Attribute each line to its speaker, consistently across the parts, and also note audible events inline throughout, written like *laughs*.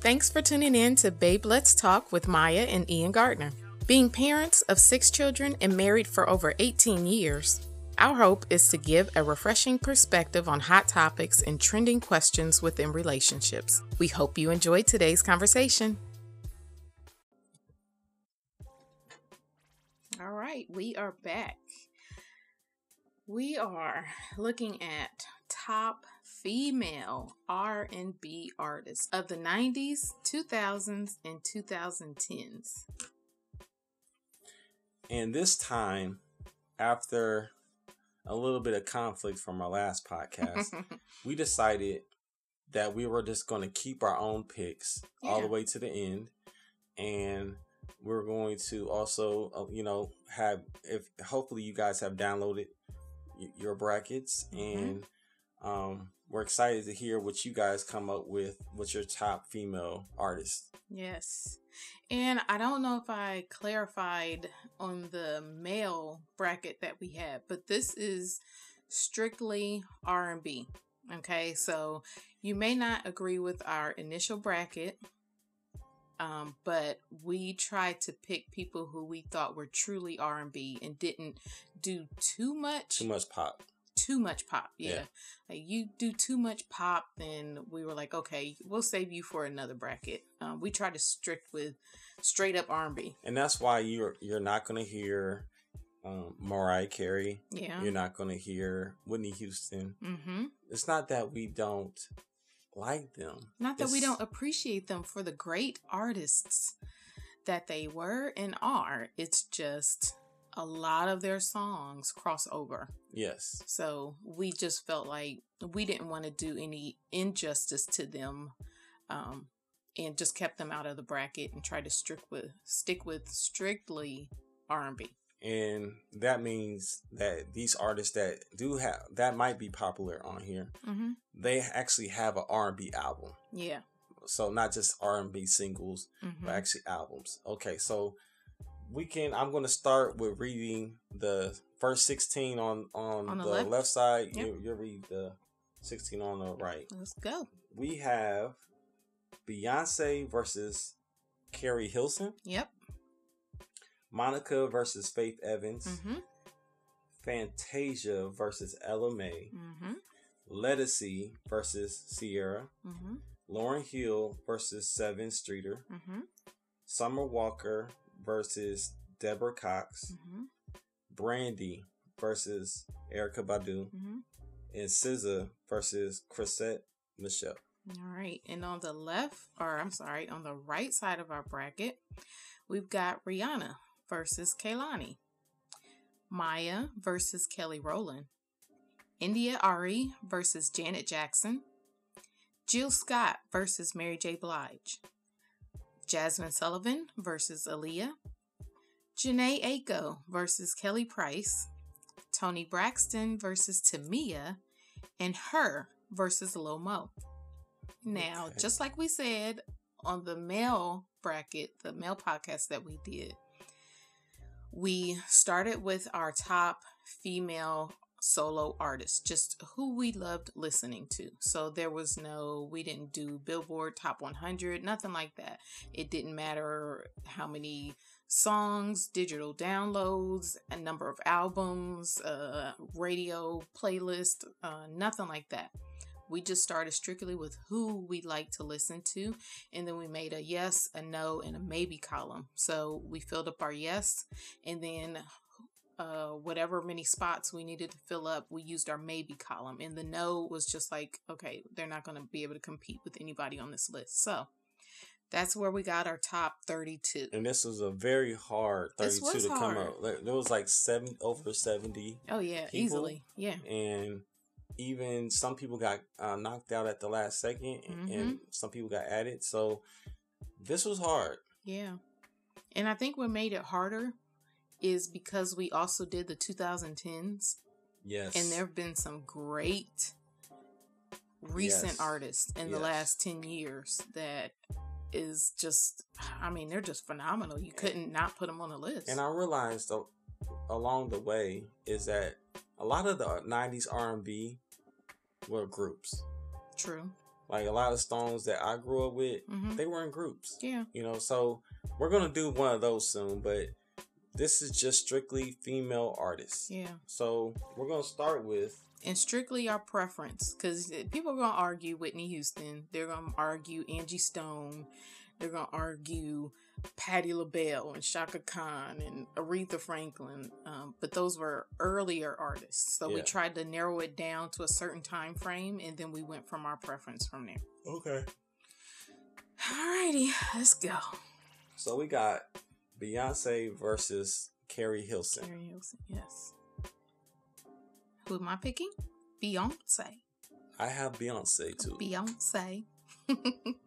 Speaker 1: Thanks for tuning in to Babe Let's Talk with Maya and Ian Gardner. Being parents of six children and married for over 18 years, our hope is to give a refreshing perspective on hot topics and trending questions within relationships. We hope you enjoyed today's conversation. All right, we are back. We are looking at top female R&B artists of the 90s, 2000s, and *laughs* 2010s.
Speaker 2: And this time, after a little bit of conflict from our last podcast,
Speaker 1: *laughs*
Speaker 2: we decided that we were just going to keep our own picks all the
Speaker 1: Yeah.
Speaker 2: way to the end. And we're going to also, uh, you know, have, if hopefully you guys have downloaded y- your brackets
Speaker 1: Mhm.
Speaker 2: and um, we're excited to hear what you guys come up with. What's your top female artist?
Speaker 1: Yes. And I don't know if I clarified on the male bracket that we had, but this is strictly R&B. Okay? So you may not agree with our initial bracket. Um, but we tried to pick people who we thought were truly R&B and didn't do too much
Speaker 2: Too much pop.
Speaker 1: too much pop. Yeah.
Speaker 2: Yeah.
Speaker 1: Like you do too much pop, then we were like, okay, we'll save you for another bracket. Um, we try to strict with straight up R&B.
Speaker 2: And that's why you're you're not going to hear um, Mariah Carey.
Speaker 1: Yeah.
Speaker 2: You're not going to hear Whitney Houston.
Speaker 1: mm-hmm.
Speaker 2: It's not that we don't like them.
Speaker 1: Not that we
Speaker 2: It's-
Speaker 1: don't appreciate them for the great artists that they were and are. It's just a lot of their songs cross over.
Speaker 2: Yes.
Speaker 1: So we just felt like we didn't want to do any injustice to them, um, and just kept them out of the bracket and tried to strict with stick with strictly R and B.
Speaker 2: And that means that these artists that do have that might be popular on here,
Speaker 1: Mm-hmm.
Speaker 2: they actually have an R&B album.
Speaker 1: Yeah.
Speaker 2: So not just R&B singles,
Speaker 1: Mm-hmm.
Speaker 2: but actually albums. Okay, so we can I'm going to start with reading the first 16 on on,
Speaker 1: On
Speaker 2: the,
Speaker 1: the
Speaker 2: left,
Speaker 1: left?
Speaker 2: side.
Speaker 1: Yep.
Speaker 2: You you read the 16 on the right.
Speaker 1: Let's go.
Speaker 2: we have Beyonce versus Carrie Hilson,
Speaker 1: Yep.
Speaker 2: Monica versus Faith Evans,
Speaker 1: Mm-hmm.
Speaker 2: Fantasia versus Ella May,
Speaker 1: Mm-hmm.
Speaker 2: Letticy versus Sierra,
Speaker 1: Mm-hmm.
Speaker 2: Lauren Hill versus Seven Streeter,
Speaker 1: Mm-hmm.
Speaker 2: Summer Walker versus Deborah Cox,
Speaker 1: Mm-hmm.
Speaker 2: Brandy versus Erica Badu,
Speaker 1: Mm-hmm.
Speaker 2: and SZA versus Chrisette Michelle.
Speaker 1: All right. And on the left, or I'm sorry, on the right side of our bracket, we've got Rihanna versus Kaylani, Maya versus Kelly Rowland, India Ari versus Janet Jackson, Jill Scott versus Mary J. Blige, Jasmine Sullivan versus Aaliyah, Janae Aiko versus Kelly Price, Tony Braxton versus Tamia, and her versus Lomo. Now,
Speaker 2: Okay.
Speaker 1: just like we said on the male bracket, the male podcast that we did, we started with our top female solo artists, just who we loved listening to. So there was no, we didn't do Billboard Top 100, nothing like that. It didn't matter how many songs, digital downloads, a number of albums, uh, radio playlist, uh, nothing like that. We just started strictly with who we like to listen to, and then we made a yes, a no, and a maybe column. So we filled up our yes, and then uh, whatever many spots we needed to fill up, we used our maybe column. And the no was just like, okay, they're not going to be able to compete with anybody on this list. So that's where we got our top 32.
Speaker 2: And this was a very hard
Speaker 1: This
Speaker 2: 32
Speaker 1: was
Speaker 2: to come
Speaker 1: hard.
Speaker 2: out. Like, There was like seven over 70
Speaker 1: Oh, yeah,
Speaker 2: people.
Speaker 1: easily. Yeah.
Speaker 2: and even some people got uh, knocked out at the last 2nd
Speaker 1: Mm-hmm.
Speaker 2: and some people got added so this was hard
Speaker 1: Yeah. And I think what made it harder is because we also did the 2010s.
Speaker 2: yes
Speaker 1: And there have been some great recent
Speaker 2: Yes.
Speaker 1: artists in the
Speaker 2: Yes.
Speaker 1: last 10 years that is just, I mean, they're just phenomenal. You couldn't not put them on a list.
Speaker 2: and i realized a- along the way is that a lot of the 90s r&b were groups
Speaker 1: True.
Speaker 2: Like a lot of songs that I grew up with,
Speaker 1: hmm
Speaker 2: they were in groups.
Speaker 1: Yeah.
Speaker 2: You know, so we're gonna do one of those soon, but this is just strictly female artists.
Speaker 1: Yeah.
Speaker 2: So we're gonna start with
Speaker 1: and strictly our preference because people are going to argue Whitney Houston. They're going to argue Angie Stone. They're going to argue Patti LaBelle and Shaka Khan and Aretha Franklin. Um, but those were earlier artists. So we
Speaker 2: Yeah.
Speaker 1: tried to narrow it down to a certain time frame and then we went from our preference from there.
Speaker 2: Okay.
Speaker 1: Alrighty, let's go.
Speaker 2: So we got Beyonce versus Carrie Hilson.
Speaker 1: Carrie Hilson, yes. Who am I picking? Beyonce.
Speaker 2: I have Beyonce too.
Speaker 1: Beyonce. *laughs*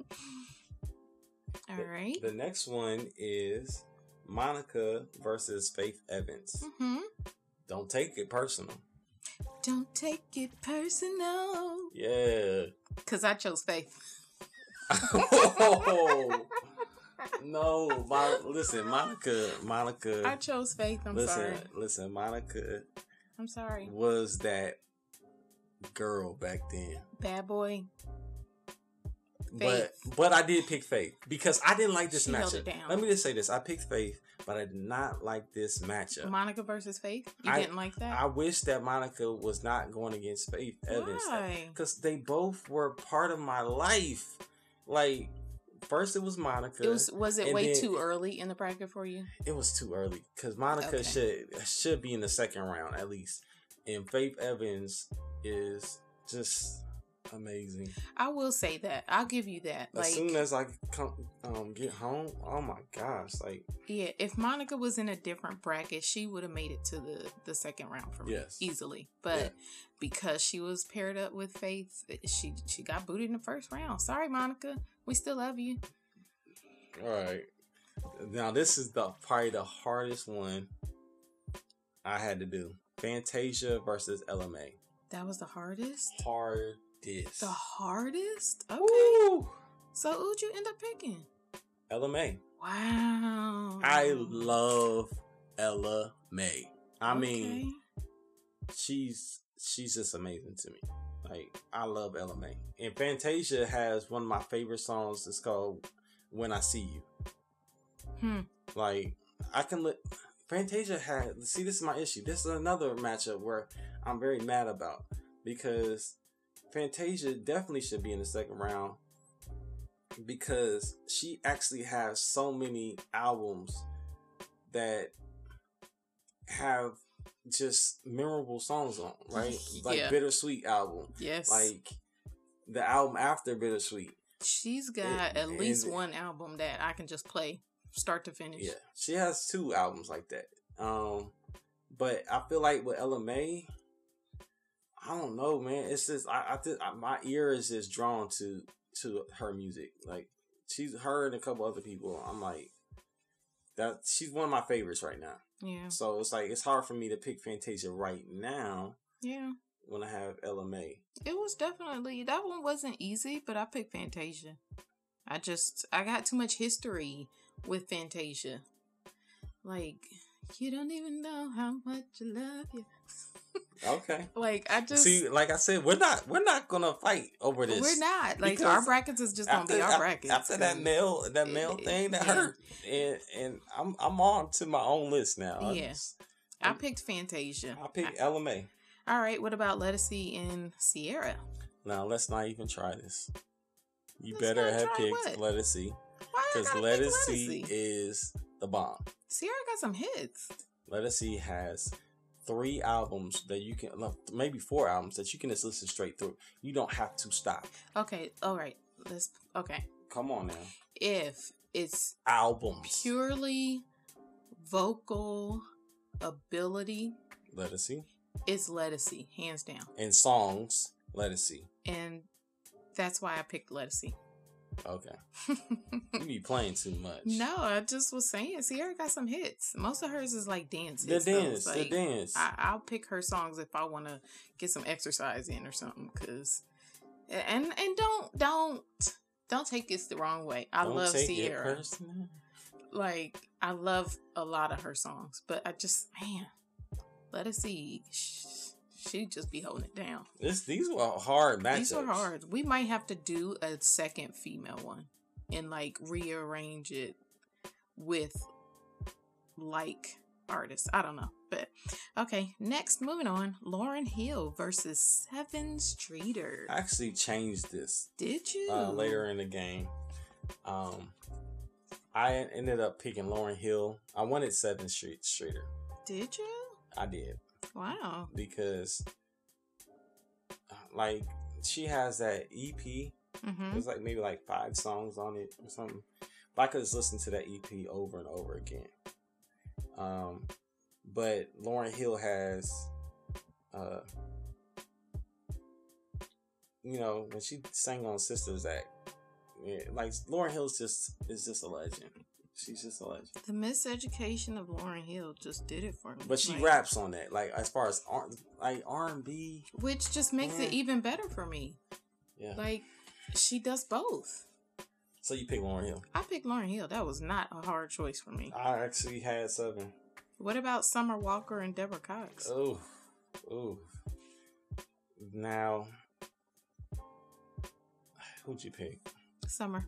Speaker 1: All right.
Speaker 2: The next one is Monica versus Faith Evans.
Speaker 1: Mm-hmm.
Speaker 2: Don't take it personal.
Speaker 1: Don't take it personal. *laughs*
Speaker 2: Yeah. *laughs*
Speaker 1: Because I chose Faith.
Speaker 2: no, Mon- listen, Monica, Monica.
Speaker 1: I chose Faith. I'm
Speaker 2: listen,
Speaker 1: sorry.
Speaker 2: listen, Monica
Speaker 1: I'm sorry.
Speaker 2: was that girl back then.
Speaker 1: Bad boy.
Speaker 2: But but I did pick Faith because I didn't like this
Speaker 1: She held it
Speaker 2: matchup.
Speaker 1: down.
Speaker 2: Let me just say this: I picked Faith, but I did not like this matchup.
Speaker 1: Monica versus Faith. You
Speaker 2: I-
Speaker 1: didn't like that?
Speaker 2: I wish that Monica was not going against Faith Evans
Speaker 1: Why?
Speaker 2: because they both were part of my life. Like first, it was Monica.
Speaker 1: It was was it
Speaker 2: And
Speaker 1: way
Speaker 2: then-
Speaker 1: too early in the bracket for you?
Speaker 2: it was too early because Monica
Speaker 1: Okay.
Speaker 2: should should be in the second round at least, and Faith Evans is just amazing.
Speaker 1: I will say that. I'll give you that.
Speaker 2: As
Speaker 1: Like
Speaker 2: soon as I come um, get home, oh my gosh, like
Speaker 1: Yeah, if Monica was in a different bracket, she would have made it to the the second round for me
Speaker 2: Yes.
Speaker 1: easily. But
Speaker 2: Yeah.
Speaker 1: because she was paired up with Faith, eh, she she got booted in the first round. Sorry, Monica, we still love you.
Speaker 2: all right. Now this is the probably the hardest one I had to do: Fantasia versus LMA.
Speaker 1: That was the hardest.
Speaker 2: Hardest.
Speaker 1: The hardest. Okay.
Speaker 2: Woo!
Speaker 1: So who'd you end up picking?
Speaker 2: LMA.
Speaker 1: Wow.
Speaker 2: I love Ella May. I mean.
Speaker 1: Okay.
Speaker 2: she's she's just amazing to me. Like I love Ella May. And Fantasia has one of my favorite songs. It's called "When I See You."
Speaker 1: Hmm.
Speaker 2: Like I can look. Fantasia had see. This is my issue. This is another matchup where I'm very mad about because Fantasia definitely should be in the second round because she actually has so many albums that have just memorable songs on,
Speaker 1: *laughs*
Speaker 2: right? Like
Speaker 1: Yeah.
Speaker 2: Bittersweet album,
Speaker 1: yes.
Speaker 2: like the album after Bittersweet.
Speaker 1: She's got
Speaker 2: it-
Speaker 1: at least
Speaker 2: and-
Speaker 1: one album that I can just play start to finish.
Speaker 2: Yeah, she has two albums like that. Um, but I feel like with Ella May, I don't know, man. It's just I, I think I, my ear is just drawn to to her music. Like she's her and a couple other people. I'm like that. She's one of my favorites right now.
Speaker 1: Yeah.
Speaker 2: So it's like it's hard for me to pick Fantasia right now
Speaker 1: Yeah.
Speaker 2: when I have Ella May.
Speaker 1: It was definitely that one wasn't easy, but I picked Fantasia. I just I got too much history with Fantasia. Like you don't even know how much I love you.
Speaker 2: Okay.
Speaker 1: Like I just
Speaker 2: See, like I said, we're not we're not gonna fight over this.
Speaker 1: we're not like
Speaker 2: because
Speaker 1: our brackets is just gonna be our
Speaker 2: af-
Speaker 1: brackets.
Speaker 2: after that
Speaker 1: and-
Speaker 2: male that male
Speaker 1: it-
Speaker 2: thing that
Speaker 1: yeah.
Speaker 2: hurt, and and I'm I'm on to my own list now. I
Speaker 1: Yeah.
Speaker 2: just-
Speaker 1: I picked Fantasia.
Speaker 2: I pick Ella May.
Speaker 1: All right, what about Lettucey and Sierra?
Speaker 2: Now let's not even try this. You
Speaker 1: Let's
Speaker 2: better
Speaker 1: not
Speaker 2: have
Speaker 1: try
Speaker 2: picked
Speaker 1: what?
Speaker 2: Let It See
Speaker 1: Why I
Speaker 2: because
Speaker 1: gotta
Speaker 2: Let
Speaker 1: pick
Speaker 2: It See
Speaker 1: Lettucey?
Speaker 2: is the bomb.
Speaker 1: Sierra got some hits.
Speaker 2: Let It See has three albums that you can no, maybe four albums that you can just listen straight through. You don't have to stop.
Speaker 1: Okay, all right. Let's okay.
Speaker 2: Come on now,
Speaker 1: If it's
Speaker 2: albums.
Speaker 1: purely vocal ability
Speaker 2: Let It See
Speaker 1: is Lettucey, hands down.
Speaker 2: and songs. Let It See.
Speaker 1: And that's why I picked Lettucey. *laughs*
Speaker 2: Okay, you be playing too much.
Speaker 1: no, I just was saying Sierra got some hits. Most of hers is like dance.
Speaker 2: The
Speaker 1: hits, though.
Speaker 2: dance,
Speaker 1: It's like,
Speaker 2: the dance.
Speaker 1: I, I'll pick her songs if I want to get some exercise in or something. Cause and and don't don't don't take this the wrong way. I
Speaker 2: Don't
Speaker 1: love
Speaker 2: take it
Speaker 1: Sierra.
Speaker 2: personal.
Speaker 1: like I love a lot of her songs, but I just man, let us see. Sh- she just be holding it down.
Speaker 2: This these were hard matchups.
Speaker 1: These are hard. We might have to do a second female one and like rearrange it with like artists. I don't know. But okay, next moving on, Lauren Hill versus Seven Streeter.
Speaker 2: I actually changed this
Speaker 1: Did you?
Speaker 2: uh, later in the game. Um, I ended up picking Lauren Hill. I wanted Seventh Street Streeter.
Speaker 1: Did you?
Speaker 2: I did
Speaker 1: Wow.
Speaker 2: because, uh, like, she has that E EP
Speaker 1: Mm-hmm.
Speaker 2: There's like maybe like five songs on it or something. But I could just listen to that EP over and over again. Um, but Lauren Hill has, uh, you know, when she sang on Sisters Act, yeah, like Lauren Hill's just is just a legend. She's just a legend.
Speaker 1: The miseducation of Lauren Hill just did it for me.
Speaker 2: But she
Speaker 1: Like,
Speaker 2: raps on that, like as far as R- like R and B.
Speaker 1: which just makes it
Speaker 2: Mm.
Speaker 1: even better for me.
Speaker 2: Yeah.
Speaker 1: Like she does both.
Speaker 2: So you pick Lauren Hill.
Speaker 1: I picked Lauren Hill. That was not a hard choice for me.
Speaker 2: I actually had seven.
Speaker 1: What about Summer Walker and Deborah Cox?
Speaker 2: Oh, oh. Now, who'd you pick?
Speaker 1: Summer.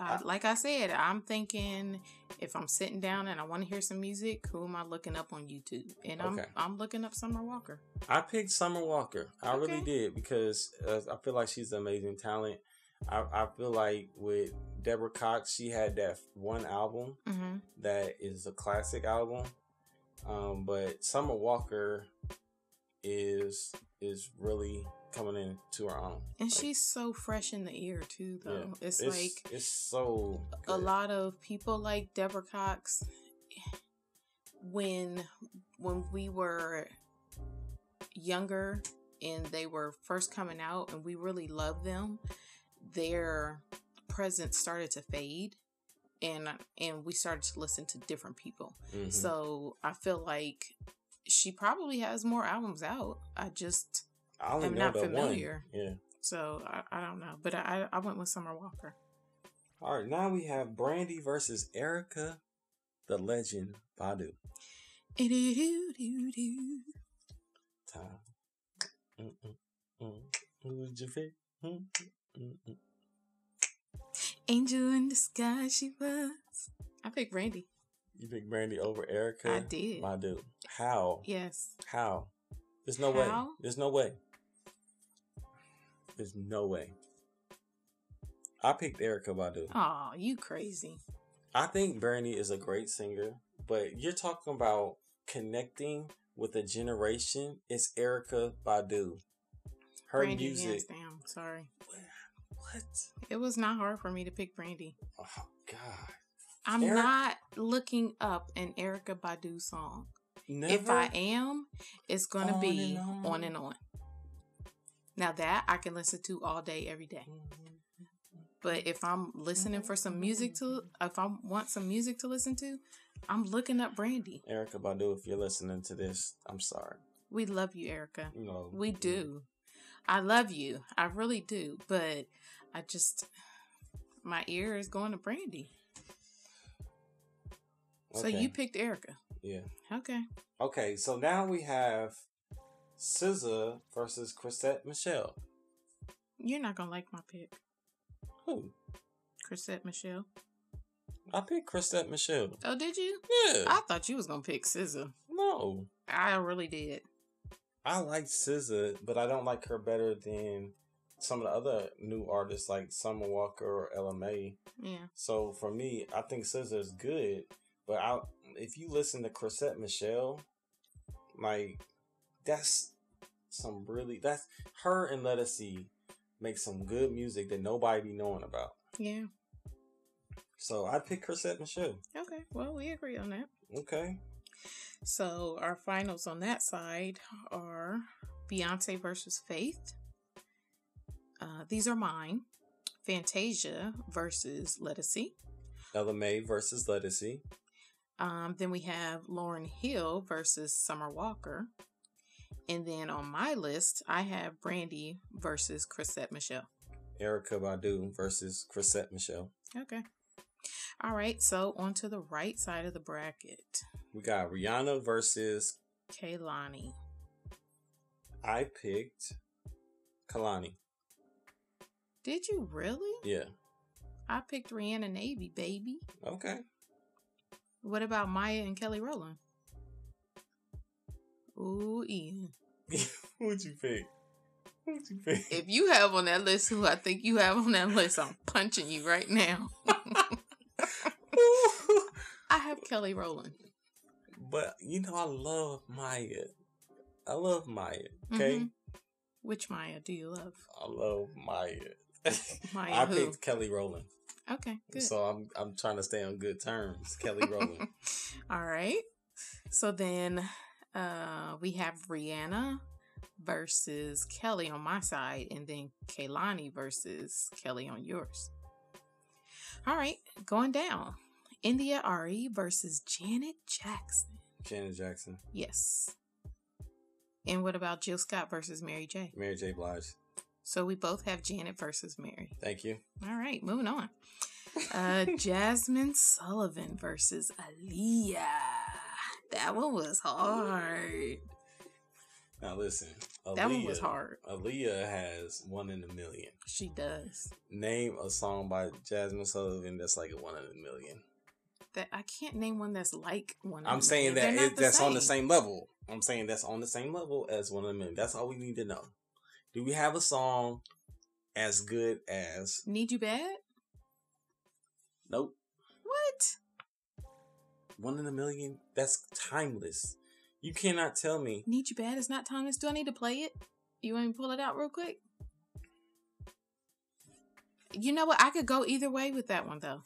Speaker 1: Uh, like I said, I'm thinking if I'm sitting down and I want to hear some music, who am I looking up on YouTube? And I'm
Speaker 2: Okay.
Speaker 1: I'm looking up Summer Walker.
Speaker 2: I picked Summer Walker. I really
Speaker 1: Okay.
Speaker 2: did because uh, I feel like she's an amazing talent. I, I feel like with Deborah Cox, she had that one album
Speaker 1: Mm-hmm.
Speaker 2: that is a classic album. Um, but Summer Walker is is really coming into her own.
Speaker 1: And she's so fresh in the ear too, though. It's,
Speaker 2: It's
Speaker 1: like
Speaker 2: it's so
Speaker 1: a
Speaker 2: good.
Speaker 1: lot of people like Deborah Cox when when we were younger and they were first coming out and we really loved them their presence started to fade and and we started to listen to different people
Speaker 2: Mhm.
Speaker 1: so i feel like she probably has more albums out i just
Speaker 2: I only
Speaker 1: I'm
Speaker 2: know
Speaker 1: not
Speaker 2: the
Speaker 1: familiar.
Speaker 2: one. Yeah.
Speaker 1: so i, I don't know but I, I went with summer walker
Speaker 2: All right, now we have Brandy versus Erica, the legend Badu. Time. Mm, Mm-mm-mm. Would you pick? Hmm? Mm, Mm-mm-mm.
Speaker 1: Angel in the sky, she was. I picked Brandy.
Speaker 2: You pick Brandy over Erica.
Speaker 1: I did.
Speaker 2: Badu. How?
Speaker 1: Yes.
Speaker 2: How? There's no way.
Speaker 1: How?
Speaker 2: There's no way. There's no way. I picked Erica Badu.
Speaker 1: Oh, you crazy.
Speaker 2: I think Brandy is a great singer, but you're talking about connecting with a generation. It's Erica Badu. Her
Speaker 1: Brandy,
Speaker 2: music.
Speaker 1: hands down. Sorry.
Speaker 2: What?
Speaker 1: It was not hard for me to pick Brandy.
Speaker 2: Oh God!
Speaker 1: I'm
Speaker 2: Eric-
Speaker 1: not looking up an Erica Badu song.
Speaker 2: Never.
Speaker 1: If I am, it's going to
Speaker 2: On
Speaker 1: be
Speaker 2: and on.
Speaker 1: on and on. Now, that I can listen to all day, every day. But if I'm listening for some music to, if I want some music to listen to, I'm looking up Brandy.
Speaker 2: Erica Badu, if you're listening to this, I'm sorry.
Speaker 1: We love you, Erica.
Speaker 2: You know
Speaker 1: We do. I love you. I really do. But I just my ear is going to Brandy. So
Speaker 2: Okay,
Speaker 1: you picked Erica.
Speaker 2: yeah.
Speaker 1: Okay.
Speaker 2: Okay, so now we have SZA versus Chrisette Michelle.
Speaker 1: You're not gonna like my pick.
Speaker 2: Who?
Speaker 1: Chrisette Michelle.
Speaker 2: I picked Chrisette Michelle.
Speaker 1: Oh, did you?
Speaker 2: Yeah.
Speaker 1: I thought you was gonna pick SZA.
Speaker 2: no.
Speaker 1: I really did.
Speaker 2: I like SZA, but I don't like her better than some of the other new artists like Summer Walker or LMA.
Speaker 1: Yeah.
Speaker 2: So for me, I think SZA is good, but I if you listen to Chrisette Michelle, like that's some really that's her and Let Us See make some good music that nobody be knowing about.
Speaker 1: Yeah.
Speaker 2: So I'd pick Chrisette Michelle.
Speaker 1: Okay. Well, we agree on that.
Speaker 2: Okay.
Speaker 1: So our finals on that side are Beyonce versus Faith. Uh, these are mine. Fantasia versus Let Us See.
Speaker 2: LMA versus Let Us See.
Speaker 1: Um, then we have Lauren Hill versus Summer Walker. And then on my list, I have Brandy versus Chrisette Michelle.
Speaker 2: Erica Badu versus Chrisette Michelle.
Speaker 1: Okay. All right. So on to the right side of the bracket,
Speaker 2: We got Rihanna versus
Speaker 1: Kaylani.
Speaker 2: I picked Kalani.
Speaker 1: Did you really?
Speaker 2: Yeah.
Speaker 1: I picked Rihanna Navy, baby.
Speaker 2: Okay.
Speaker 1: What about Maya and Kelly Rowland? Ooh, Ian.
Speaker 2: Who'd you pick? Who'd you pick?
Speaker 1: If you have on that list who I think you have on that list, I'm punching you right now. *laughs* I have Kelly Rowland.
Speaker 2: *laughs* but you know I love Maya. I love Maya. Okay.
Speaker 1: Mhm. Which Maya do you love?
Speaker 2: I love Maya. *laughs*
Speaker 1: Maya
Speaker 2: I
Speaker 1: who?
Speaker 2: picked Kelly Rowland.
Speaker 1: Okay, good.
Speaker 2: So I'm I'm trying to stay on good terms. Kelly Rowland.
Speaker 1: *laughs* All right. So then uh we have Rihanna versus Kelly on my side and then Kaylani versus Kelly on yours. All right, going down. India Ari versus Janet Jackson.
Speaker 2: Janet Jackson.
Speaker 1: Yes. And what about Jill Scott versus Mary J?
Speaker 2: Mary J. Blige.
Speaker 1: So we both have Janet versus Mary.
Speaker 2: Thank you.
Speaker 1: All right, moving on.
Speaker 2: *laughs*
Speaker 1: Uh, Jasmine Sullivan versus Aaliyah. That one was hard.
Speaker 2: Now listen. Aaliyah,
Speaker 1: That one was hard.
Speaker 2: Aaliyah has one in a million.
Speaker 1: She does.
Speaker 2: Name a song by Jasmine Sullivan that's like a one in a million.
Speaker 1: That I can't name one that's like one. of
Speaker 2: I'm
Speaker 1: them.
Speaker 2: saying
Speaker 1: Mm-hmm. They're
Speaker 2: that
Speaker 1: not
Speaker 2: it, that's on the same level. I'm saying that's on the same level as one of the million. That's all we need to know. Do we have a song as good as?
Speaker 1: Need you bad?
Speaker 2: Nope.
Speaker 1: What?
Speaker 2: One in a million. That's timeless. You cannot tell me.
Speaker 1: Need you bad? It's not timeless. Do I need to play it? You want me to pull it out real quick? You know what? I could go either way with that one though.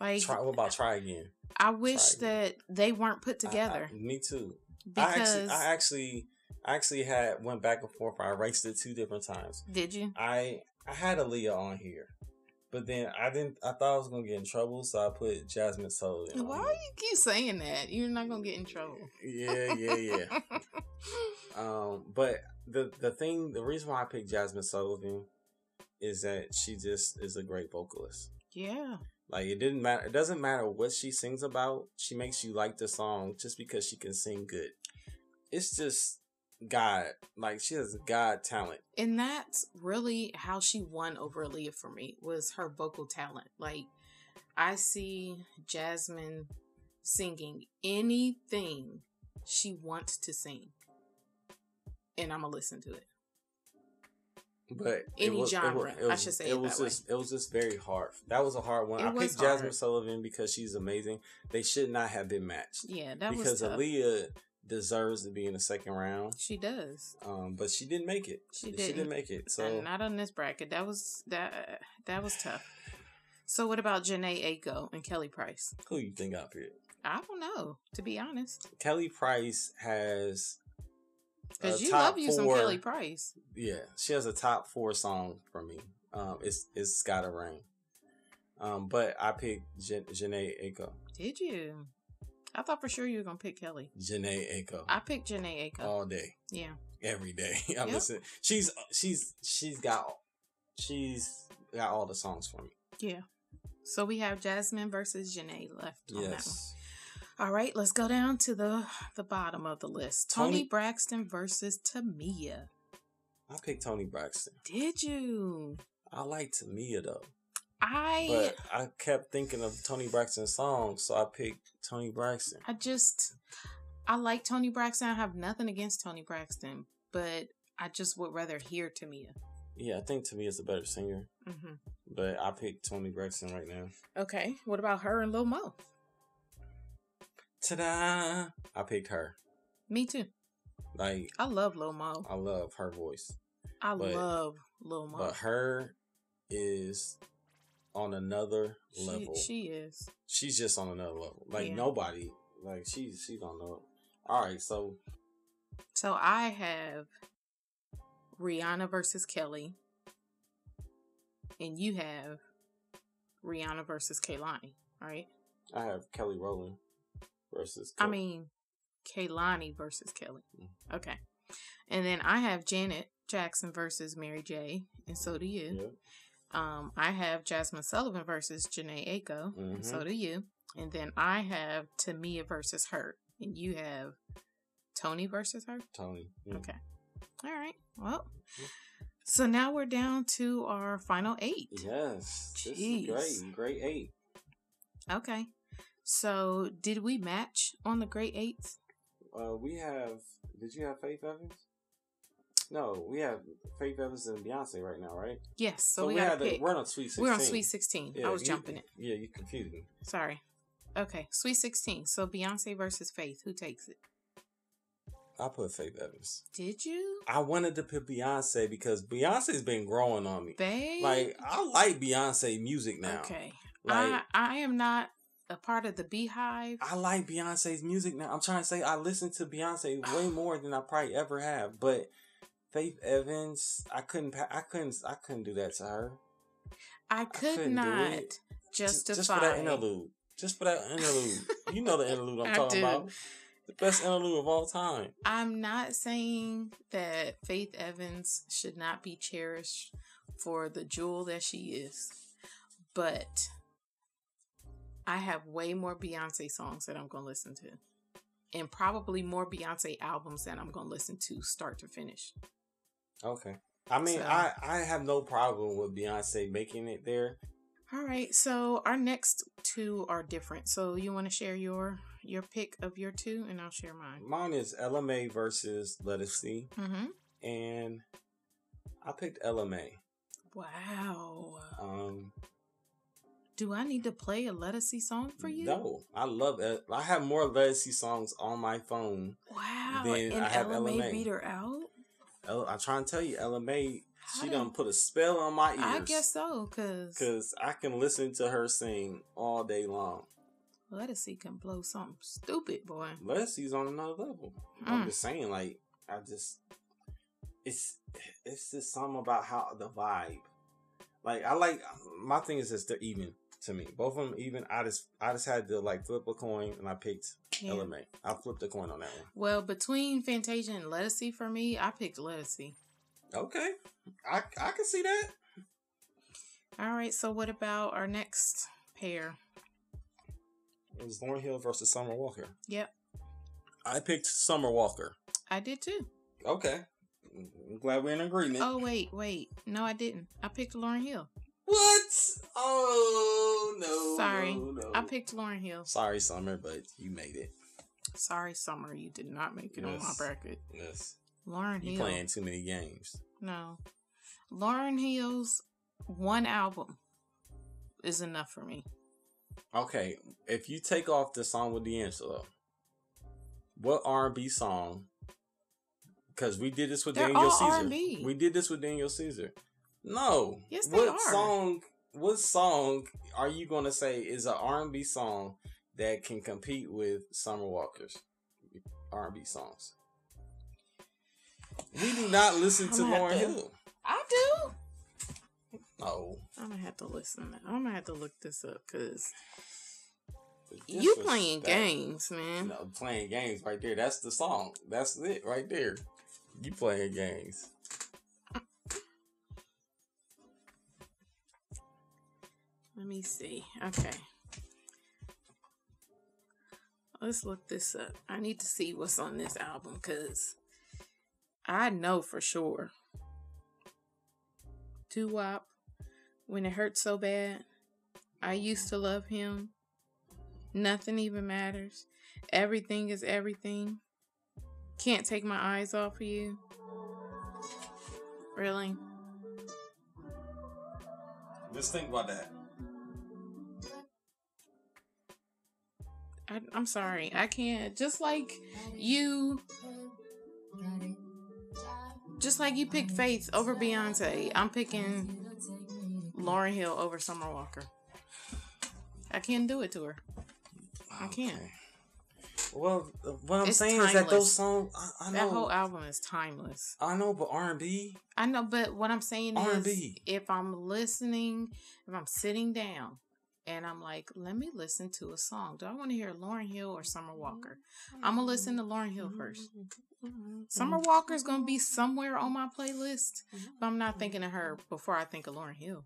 Speaker 1: Like
Speaker 2: Try, what about try again?
Speaker 1: I wish
Speaker 2: Sorry.
Speaker 1: that they weren't put
Speaker 2: I- I-
Speaker 1: together
Speaker 2: me too. I
Speaker 1: because
Speaker 2: actually, I actually, I actually had went back and forth. I raced it two different times.
Speaker 1: did you?
Speaker 2: I I had Aaliyah on here, but then I didn't. I thought I was gonna get in trouble, so I put Jasmine Sullivan. on
Speaker 1: Why
Speaker 2: here.
Speaker 1: you keep saying that? You're not gonna get in trouble.
Speaker 2: Yeah, yeah, yeah. Um, but the the thing, the reason why I picked Jasmine Sullivan is that she just is a great vocalist.
Speaker 1: yeah,
Speaker 2: Like it didn't matter. It doesn't matter what she sings about. She makes you like the song just because she can sing good. It's just God. Like she has God talent.
Speaker 1: and that's really how she won over Aaliyah for me was her vocal talent. Like I see Jasmine singing anything she wants to sing, and I'm gonna listen to it.
Speaker 2: But
Speaker 1: Any
Speaker 2: wa- wa-
Speaker 1: genre, I should say it
Speaker 2: was
Speaker 1: that way.
Speaker 2: just it was just very hard. That was a hard one.
Speaker 1: It
Speaker 2: I
Speaker 1: was
Speaker 2: picked Jasmine
Speaker 1: hard.
Speaker 2: Sullivan because she's amazing. They should not have been matched
Speaker 1: Yeah, that was
Speaker 2: because
Speaker 1: tough.
Speaker 2: Aaliyah deserves to be in the second round.
Speaker 1: she does.
Speaker 2: Um, but she didn't make it.
Speaker 1: She
Speaker 2: She
Speaker 1: didn't.
Speaker 2: didn't make it.
Speaker 1: Uh,
Speaker 2: So
Speaker 1: not on this bracket. That was that. That was tough. So what about Janae Aiko and Kelly Price?
Speaker 2: who you think out here?
Speaker 1: I don't know, to be honest.
Speaker 2: Kelly Price has a
Speaker 1: Because you
Speaker 2: Uh, top
Speaker 1: love you some
Speaker 2: four-
Speaker 1: Kelly Price.
Speaker 2: Yeah, she has a top four song for me. Um, it's it's gotta rain. Um, but I picked Jan- Janae Aiko.
Speaker 1: Did you? I thought for sure you were gonna pick Kelly.
Speaker 2: Janae Aiko
Speaker 1: I picked Janae Aiko.
Speaker 2: all day,
Speaker 1: yeah.
Speaker 2: every day. *laughs* I
Speaker 1: Yep.
Speaker 2: listen. She's she's she's got she's got all the songs for me.
Speaker 1: So we have Jasmine versus Janae left on that
Speaker 2: yes.
Speaker 1: one. All right, let's go down to the the bottom of the list. Tony,
Speaker 2: Tony-
Speaker 1: Braxton versus Tamia.
Speaker 2: I picked Tony Braxton.
Speaker 1: Did you?
Speaker 2: I like Tamia though.
Speaker 1: I
Speaker 2: But I kept thinking of Tony Braxton's songs, so I picked Tony Braxton.
Speaker 1: I just I like Tony Braxton. I have nothing against Tony Braxton, but I just would rather hear Tamia.
Speaker 2: Yeah, I think to me is a better singer,
Speaker 1: Mm-hmm.
Speaker 2: but I picked Tony Braxton right now.
Speaker 1: Okay, what about her and Lil Mo?
Speaker 2: Ta-da! I picked her.
Speaker 1: Me too.
Speaker 2: Like
Speaker 1: I love Lil Mo.
Speaker 2: I love her voice,
Speaker 1: I
Speaker 2: But-
Speaker 1: love Lil Mo.
Speaker 2: but her is on another level.
Speaker 1: She, she is.
Speaker 2: she's just on another level. Like
Speaker 1: Yeah.
Speaker 2: nobody, like she's she's on another. All right, so
Speaker 1: So I have Rihanna versus Kelly, and you have Rihanna versus Kaylani, right?
Speaker 2: I have Kelly Rowland versus.
Speaker 1: I
Speaker 2: Kel-
Speaker 1: mean, Kaylani versus Kelly.
Speaker 2: Mm.
Speaker 1: Okay. And then I have Janet Jackson versus Mary J, and so do you.
Speaker 2: yeah.
Speaker 1: Um, I have Jasmine Sullivan versus Janae Aiko,
Speaker 2: Mm-hmm.
Speaker 1: and so do you. And then I have Tamia versus her, and you have Tony versus her.
Speaker 2: Tony. Yeah.
Speaker 1: Okay. All right. Well, so now we're down to our final eight.
Speaker 2: Yes. This
Speaker 1: Jeez.
Speaker 2: is great. Great eight.
Speaker 1: Okay. So did we match on the great eights?
Speaker 2: Uh, we have. Did you have Faith Evans? No, we have Faith Evans and Beyonce right now, right?
Speaker 1: Yes. So, we, got
Speaker 2: had
Speaker 1: to pick.
Speaker 2: we're on Sweet 16.
Speaker 1: We're on Sweet 16. I was
Speaker 2: you-
Speaker 1: jumping it.
Speaker 2: Yeah, you confused me.
Speaker 1: Sorry. Okay. Sweet 16. So Beyonce versus Faith. Who takes it?
Speaker 2: I put Faith Evans.
Speaker 1: Did you?
Speaker 2: I wanted to put Beyonce because Beyonce's been growing on me.
Speaker 1: Babe.
Speaker 2: Like I like Beyonce music now.
Speaker 1: Okay.
Speaker 2: Like
Speaker 1: I, I am not a part of the beehive.
Speaker 2: I like Beyonce's music now. I'm trying to say I listen to Beyonce way more than I probably ever have. But Faith Evans, I couldn't, pa- I couldn't, I couldn't do that to her.
Speaker 1: I
Speaker 2: couldn't
Speaker 1: could
Speaker 2: do
Speaker 1: not
Speaker 2: it.
Speaker 1: justify.
Speaker 2: Just for that interlude. Just for that interlude. you
Speaker 1: *laughs*
Speaker 2: know the interlude I'm
Speaker 1: I
Speaker 2: talking
Speaker 1: do.
Speaker 2: about. The best interlude of all time.
Speaker 1: I'm not saying that Faith Evans should not be cherished for the jewel that she is, but I have way more Beyonce songs that I'm going to listen to, and probably more Beyonce albums that I'm going to listen to start to finish.
Speaker 2: Okay. I mean,
Speaker 1: So-
Speaker 2: I I have no problem with Beyonce making it there.
Speaker 1: All right, so our next two are different. So you want to share your your pick of your two, and I'll share mine.
Speaker 2: Mine is LMA versus Let Us See,
Speaker 1: Mm-hmm.
Speaker 2: and I picked LMA.
Speaker 1: Wow.
Speaker 2: Um,
Speaker 1: Do I need to play a Let Us See song for you?
Speaker 2: No, I love. L- I have more legacy songs on my phone.
Speaker 1: Wow,
Speaker 2: Then
Speaker 1: and
Speaker 2: I have
Speaker 1: LMA,
Speaker 2: LMA.
Speaker 1: beat her out.
Speaker 2: L- I'm trying to tell you, LMA,
Speaker 1: How
Speaker 2: she
Speaker 1: did-
Speaker 2: done put a spell on my ears.
Speaker 1: I guess so, cause
Speaker 2: because I can listen to her sing all day long.
Speaker 1: Lettucey can blow something stupid, boy.
Speaker 2: Legacy's on another level. I'm
Speaker 1: Mm.
Speaker 2: just saying, like, I just it's it's just something about how the vibe. Like, I like my thing is just they're even to me. Both of them even. I just I just had to like flip a coin and I picked
Speaker 1: Yeah.
Speaker 2: LMA. I flipped a coin on that one.
Speaker 1: Well, between Fantasia and Lettucey for me, I picked Lettucey.
Speaker 2: Okay, I I can see that.
Speaker 1: All right, so what about our next pair?
Speaker 2: It was Lauren Hill versus Summer Walker.
Speaker 1: Yep.
Speaker 2: I picked Summer Walker.
Speaker 1: I did too.
Speaker 2: Okay. I'm glad we're in agreement.
Speaker 1: Oh wait, wait, no, I didn't. I picked Lauren Hill.
Speaker 2: What? Oh no.
Speaker 1: Sorry.
Speaker 2: no, no.
Speaker 1: I picked Lauren Hill.
Speaker 2: Sorry, Summer, but you made it.
Speaker 1: Sorry, Summer, you did not make it on my
Speaker 2: Yes.
Speaker 1: bracket.
Speaker 2: Yes.
Speaker 1: Lauren
Speaker 2: You
Speaker 1: Hill.
Speaker 2: playing too many games.
Speaker 1: No, Lauren Hill's one album is enough for me.
Speaker 2: Okay. If you take off the song with D'Angelo, what R and B song? Because we did this with
Speaker 1: They're
Speaker 2: Daniel
Speaker 1: all
Speaker 2: Caesar.
Speaker 1: R&B.
Speaker 2: We did this with Daniel Caesar. No.
Speaker 1: Yes, they
Speaker 2: what
Speaker 1: are.
Speaker 2: song? What song are you gonna say is an R and B song that can compete with Summer Walker's R and B songs? We do not listen
Speaker 1: I'm
Speaker 2: to
Speaker 1: gonna have
Speaker 2: Lauren
Speaker 1: to-
Speaker 2: Hill.
Speaker 1: I do.
Speaker 2: No.
Speaker 1: I'm gonna have to listen. I'm gonna have to look this up because you playing
Speaker 2: games.
Speaker 1: games, man.
Speaker 2: No, playing games right there. That's the song. That's it right there. You playing games.
Speaker 1: Let me see. Okay, let's look this up. I need to see what's on this album because I know for sure. Doo Wop, when it hurts so bad. I used to love him. Nothing even matters. Everything is everything. Can't take my eyes off of you. Really?
Speaker 2: Just think about that.
Speaker 1: I, I'm sorry. I can't. Just like you. Just like you picked Faith over Beyonce, I'm picking Lauren Hill over Summer Walker. I can't do it to her. I can't.
Speaker 2: Oh, Well, uh, what I'm
Speaker 1: It's
Speaker 2: saying is that
Speaker 1: timeless.
Speaker 2: those songs. I, I know.
Speaker 1: That whole album is timeless.
Speaker 2: I know, but R and B.
Speaker 1: I know, but what I'm saying is,
Speaker 2: R&B.
Speaker 1: if I'm listening, if I'm sitting down, and I'm like, let me listen to a song. Do I want to hear Lauren Hill or Summer Walker? I'm gonna listen to Lauren Hill first. Summer Walker's gonna be somewhere on my playlist, but I'm not thinking of her before I think of Lauren Hill.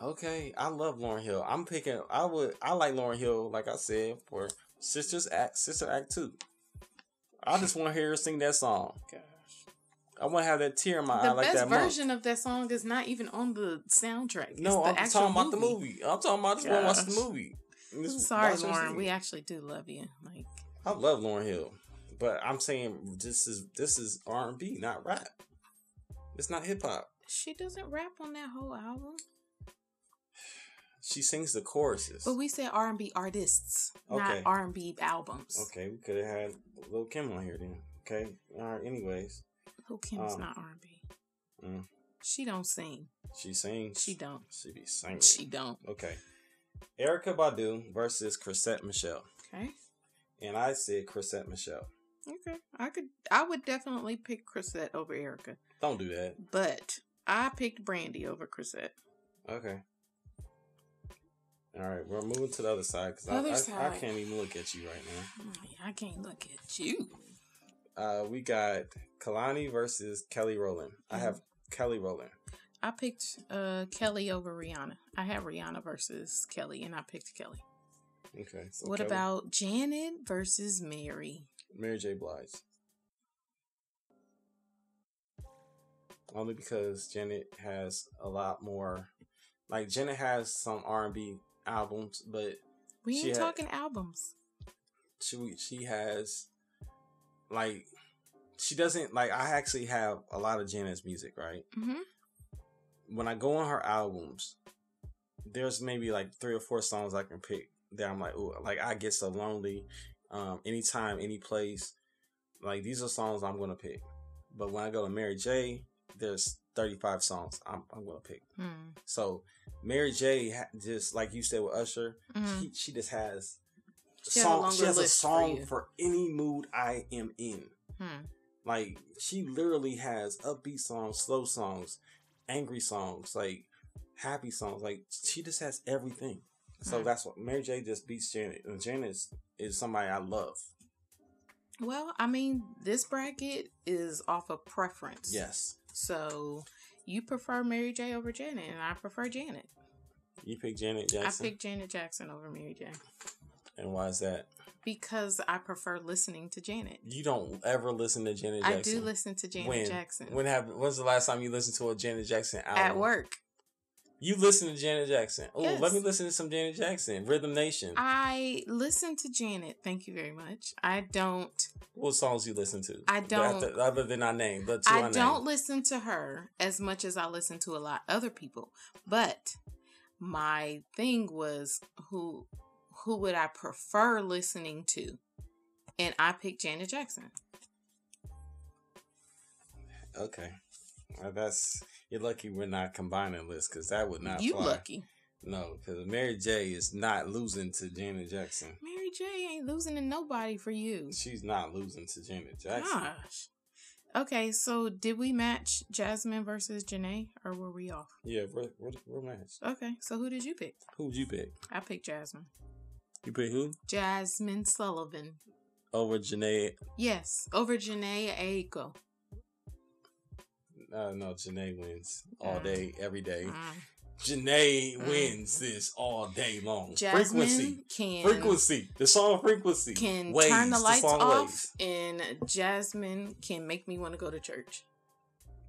Speaker 2: Okay, I love Lauren Hill. I'm picking. I would. I like Lauren Hill. Like I said, for Sisters Act, Sister Act Two. I just want to hear her sing that song.
Speaker 1: Gosh.
Speaker 2: I want to have that tear in my eye
Speaker 1: the
Speaker 2: like
Speaker 1: best
Speaker 2: that monk.
Speaker 1: version of that song is not even on the soundtrack.
Speaker 2: No,
Speaker 1: it's
Speaker 2: I'm
Speaker 1: the
Speaker 2: just
Speaker 1: actual
Speaker 2: talking about the movie. I'm talking about I just want to watch the
Speaker 1: Gosh.
Speaker 2: movie. And this-
Speaker 1: Sorry,
Speaker 2: watch this
Speaker 1: Lauren.
Speaker 2: movie.
Speaker 1: We actually do love you. Like
Speaker 2: I love Lauren Hill, but I'm saying this is this is R and B, not rap. It's not hip hop.
Speaker 1: she doesn't rap on that whole album.
Speaker 2: She sings the choruses.
Speaker 1: But we said R and B artists,
Speaker 2: Okay.
Speaker 1: not R and B albums.
Speaker 2: okay, we could have had Lil Kim on here then. Okay, all right. Anyways,
Speaker 1: Who Kim's
Speaker 2: Um,
Speaker 1: not R and B.
Speaker 2: mm.
Speaker 1: She don't sing.
Speaker 2: she sings.
Speaker 1: She don't.
Speaker 2: She be singing.
Speaker 1: She don't.
Speaker 2: Okay, Erica Badu versus Chrisette Michelle,
Speaker 1: Okay.
Speaker 2: and I said Chrisette Michelle.
Speaker 1: Okay. I could. I would definitely pick Chrisette over Erica,
Speaker 2: Don't do that.
Speaker 1: but I picked Brandy over Chrisette.
Speaker 2: Okay. All right, we're moving to the other side because
Speaker 1: Other
Speaker 2: I, I, I
Speaker 1: side.
Speaker 2: can't even look at you right now.
Speaker 1: Mm, I can't look at you.
Speaker 2: Uh, we got Kalani versus Kelly Rowland. I
Speaker 1: Mm-hmm.
Speaker 2: have Kelly Rowland.
Speaker 1: I picked uh, Kelly over Rihanna. I had Rihanna versus Kelly, and I picked Kelly.
Speaker 2: Okay. so
Speaker 1: What
Speaker 2: Kelly-
Speaker 1: about Janet versus Mary?
Speaker 2: Mary J. Blige? Only because Janet has a lot more. Like Janet has some R and B albums, but
Speaker 1: We
Speaker 2: She
Speaker 1: ain't
Speaker 2: had-
Speaker 1: talking albums.
Speaker 2: she she has like she doesn't like. I actually have a lot of Janet's music, right?
Speaker 1: hmm
Speaker 2: when I go on her albums, there's maybe like three or four songs I can pick that I'm like, ooh, like I get so lonely. Um, anytime, any place, like these are songs I'm gonna pick. But when I go to Mary J, there's 35 songs I'm, I'm gonna pick.
Speaker 1: Mm-hmm.
Speaker 2: So Mary J, ha- just like you said with Usher,
Speaker 1: Mm-hmm.
Speaker 2: she, she just has
Speaker 1: Hmm. She has a
Speaker 2: song.
Speaker 1: longer
Speaker 2: She has a
Speaker 1: list for
Speaker 2: song
Speaker 1: you.
Speaker 2: for any mood I am in.
Speaker 1: Hmm.
Speaker 2: Like she literally has upbeat songs, slow songs, angry songs, like happy songs. Like she just has everything. So
Speaker 1: Hmm.
Speaker 2: that's what Mary J just beats Janet. And Janet is, is somebody I love.
Speaker 1: Well, I mean, this bracket is off of preference.
Speaker 2: Yes.
Speaker 1: So you prefer Mary J over Janet, and I prefer Janet.
Speaker 2: You pick Janet Jackson.
Speaker 1: I picked Janet Jackson over Mary J
Speaker 2: and why is that?
Speaker 1: because I prefer listening to Janet.
Speaker 2: You don't ever listen to Janet Jackson.
Speaker 1: I do listen to Janet
Speaker 2: When?
Speaker 1: Jackson
Speaker 2: When have when's the last time you listened to a Janet Jackson album?
Speaker 1: at work.
Speaker 2: You listen to Janet Jackson. Oh,
Speaker 1: Yes.
Speaker 2: let me listen to some Janet Jackson. Rhythm Nation.
Speaker 1: I listen to Janet. Thank you very much. I don't.
Speaker 2: what songs you listen to?
Speaker 1: I
Speaker 2: But after-
Speaker 1: don't-
Speaker 2: other than I name, the two I,
Speaker 1: I
Speaker 2: named.
Speaker 1: don't listen to her as much as I listen to a lot other people. But my thing was who who would I prefer listening to? And I picked Janet Jackson.
Speaker 2: Okay. Uh, that's you're lucky we're not combining lists because that would not
Speaker 1: you
Speaker 2: fly.
Speaker 1: lucky.
Speaker 2: No, because Mary J is not losing to Janet Jackson.
Speaker 1: Mary J ain't losing to nobody for you.
Speaker 2: She's not losing to Janet Jackson.
Speaker 1: Gosh. Okay, so did we match Jasmine versus Janae or were we off?
Speaker 2: Yeah, we're, we're, we're matched.
Speaker 1: Okay, so who did you pick?
Speaker 2: Who'd you pick?
Speaker 1: I picked Jasmine.
Speaker 2: You pick who?
Speaker 1: Jasmine Sullivan.
Speaker 2: Over Janae.
Speaker 1: Yes, over Janae Aiko.
Speaker 2: Uh, no, Janae wins all
Speaker 1: Mm.
Speaker 2: day, every day.
Speaker 1: Mm.
Speaker 2: Janae
Speaker 1: Mm.
Speaker 2: wins this all day long.
Speaker 1: Jasmine
Speaker 2: Frequency.
Speaker 1: can
Speaker 2: Frequency. The song Frequency.
Speaker 1: can
Speaker 2: Waves.
Speaker 1: turn the lights
Speaker 2: song
Speaker 1: off,
Speaker 2: Waves.
Speaker 1: and Jasmine can make me want to go to church.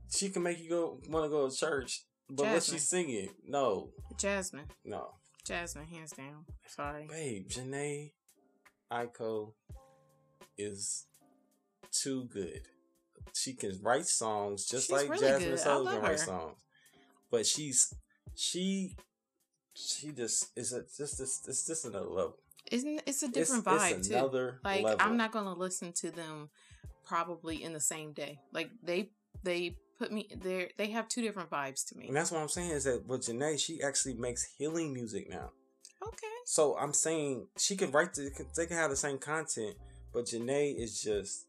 Speaker 2: She can make you go want to go to church, but what
Speaker 1: Jasmine.
Speaker 2: she's singing, no,
Speaker 1: Jasmine,
Speaker 2: no.
Speaker 1: Jasmine, hands down. Sorry,
Speaker 2: Babe, Janae Aiko is too good. She can write songs just
Speaker 1: She's
Speaker 2: like
Speaker 1: really
Speaker 2: Jasmine
Speaker 1: good. I
Speaker 2: Sullivan can
Speaker 1: love
Speaker 2: write
Speaker 1: her.
Speaker 2: songs. But she's she she just is a just this it's just another level.
Speaker 1: isn't it's a
Speaker 2: It's-
Speaker 1: different
Speaker 2: it's,
Speaker 1: vibe too?
Speaker 2: another
Speaker 1: Like
Speaker 2: level.
Speaker 1: I'm not gonna listen to them probably in the same day. Like they they put me there. They have two different vibes to me.
Speaker 2: and that's what I'm saying is that with Janae, she actually makes healing music now.
Speaker 1: Okay,
Speaker 2: So I'm saying she can write the, they can have the same content, but Janae is just.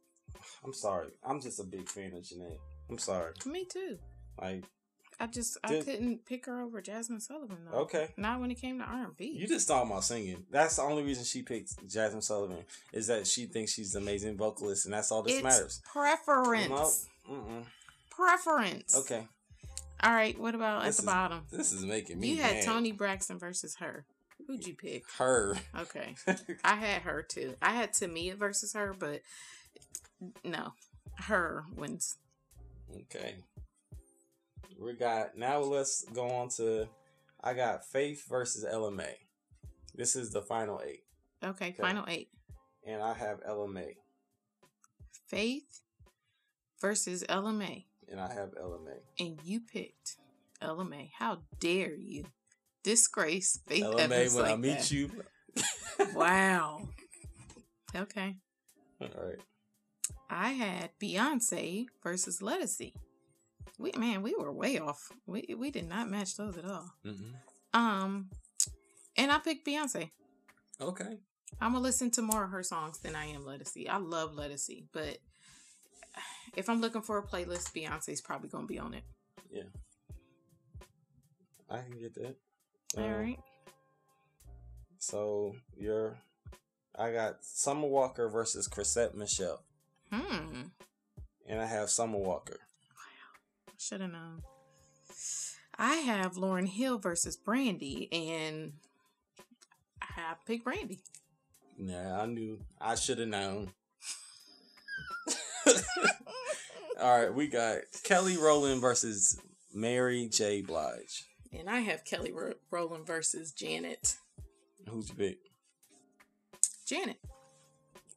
Speaker 2: I'm sorry. I'm just a big fan of Janae. I'm sorry.
Speaker 1: me too.
Speaker 2: Like
Speaker 1: I just I
Speaker 2: Did-
Speaker 1: couldn't pick her over Jasmine Sullivan though.
Speaker 2: okay,
Speaker 1: Not when it came to R and
Speaker 2: you
Speaker 1: B.
Speaker 2: just thought about singing. That's the only reason she picked Jasmine Sullivan is that she thinks she's an amazing vocalist, and that's all this
Speaker 1: It's
Speaker 2: matters.
Speaker 1: preference.
Speaker 2: No, mm-mm.
Speaker 1: Preference.
Speaker 2: Okay,
Speaker 1: All right. What about
Speaker 2: This
Speaker 1: at the
Speaker 2: is-
Speaker 1: bottom?
Speaker 2: this is making me.
Speaker 1: You had
Speaker 2: mad.
Speaker 1: Tony Braxton versus her. Who'd you pick?
Speaker 2: her. *laughs*
Speaker 1: Okay. I had her too. I had Tamia versus her, but no. Her wins.
Speaker 2: Okay. We got now let's go on to I got Faith versus LMA. This is the final eight.
Speaker 1: Okay,
Speaker 2: Okay.
Speaker 1: final eight.
Speaker 2: And I have LMA.
Speaker 1: Faith versus LMA.
Speaker 2: And I have LMA.
Speaker 1: And you picked LMA. How dare you? Disgrace Faith
Speaker 2: LMA
Speaker 1: Evans
Speaker 2: when
Speaker 1: like
Speaker 2: I meet
Speaker 1: that.
Speaker 2: you.
Speaker 1: *laughs* Wow. Okay.
Speaker 2: Alright.
Speaker 1: I had Beyonce versus Lettucey. We man, we were way off. We we did not match those at all.
Speaker 2: Mm-hmm.
Speaker 1: Um and I picked Beyonce.
Speaker 2: Okay.
Speaker 1: I'm gonna listen to more of her songs than I am Lettucey. I love Lettucey, but if I'm looking for a playlist, Beyonce's probably gonna be on it.
Speaker 2: I can get that.
Speaker 1: All
Speaker 2: Um,
Speaker 1: right.
Speaker 2: So you're I got Summer Walker versus Chrisette Michelle.
Speaker 1: Hmm.
Speaker 2: And I have Summer Walker.
Speaker 1: Should have known. I have Lauren Hill versus Brandy, and I picked Brandy.
Speaker 2: Nah, I knew I should have known. *laughs* Alright, we got Kelly Rowland versus Mary J. Blige.
Speaker 1: and I have Kelly Ro- Rowland versus Janet.
Speaker 2: Who'd you pick?
Speaker 1: Janet,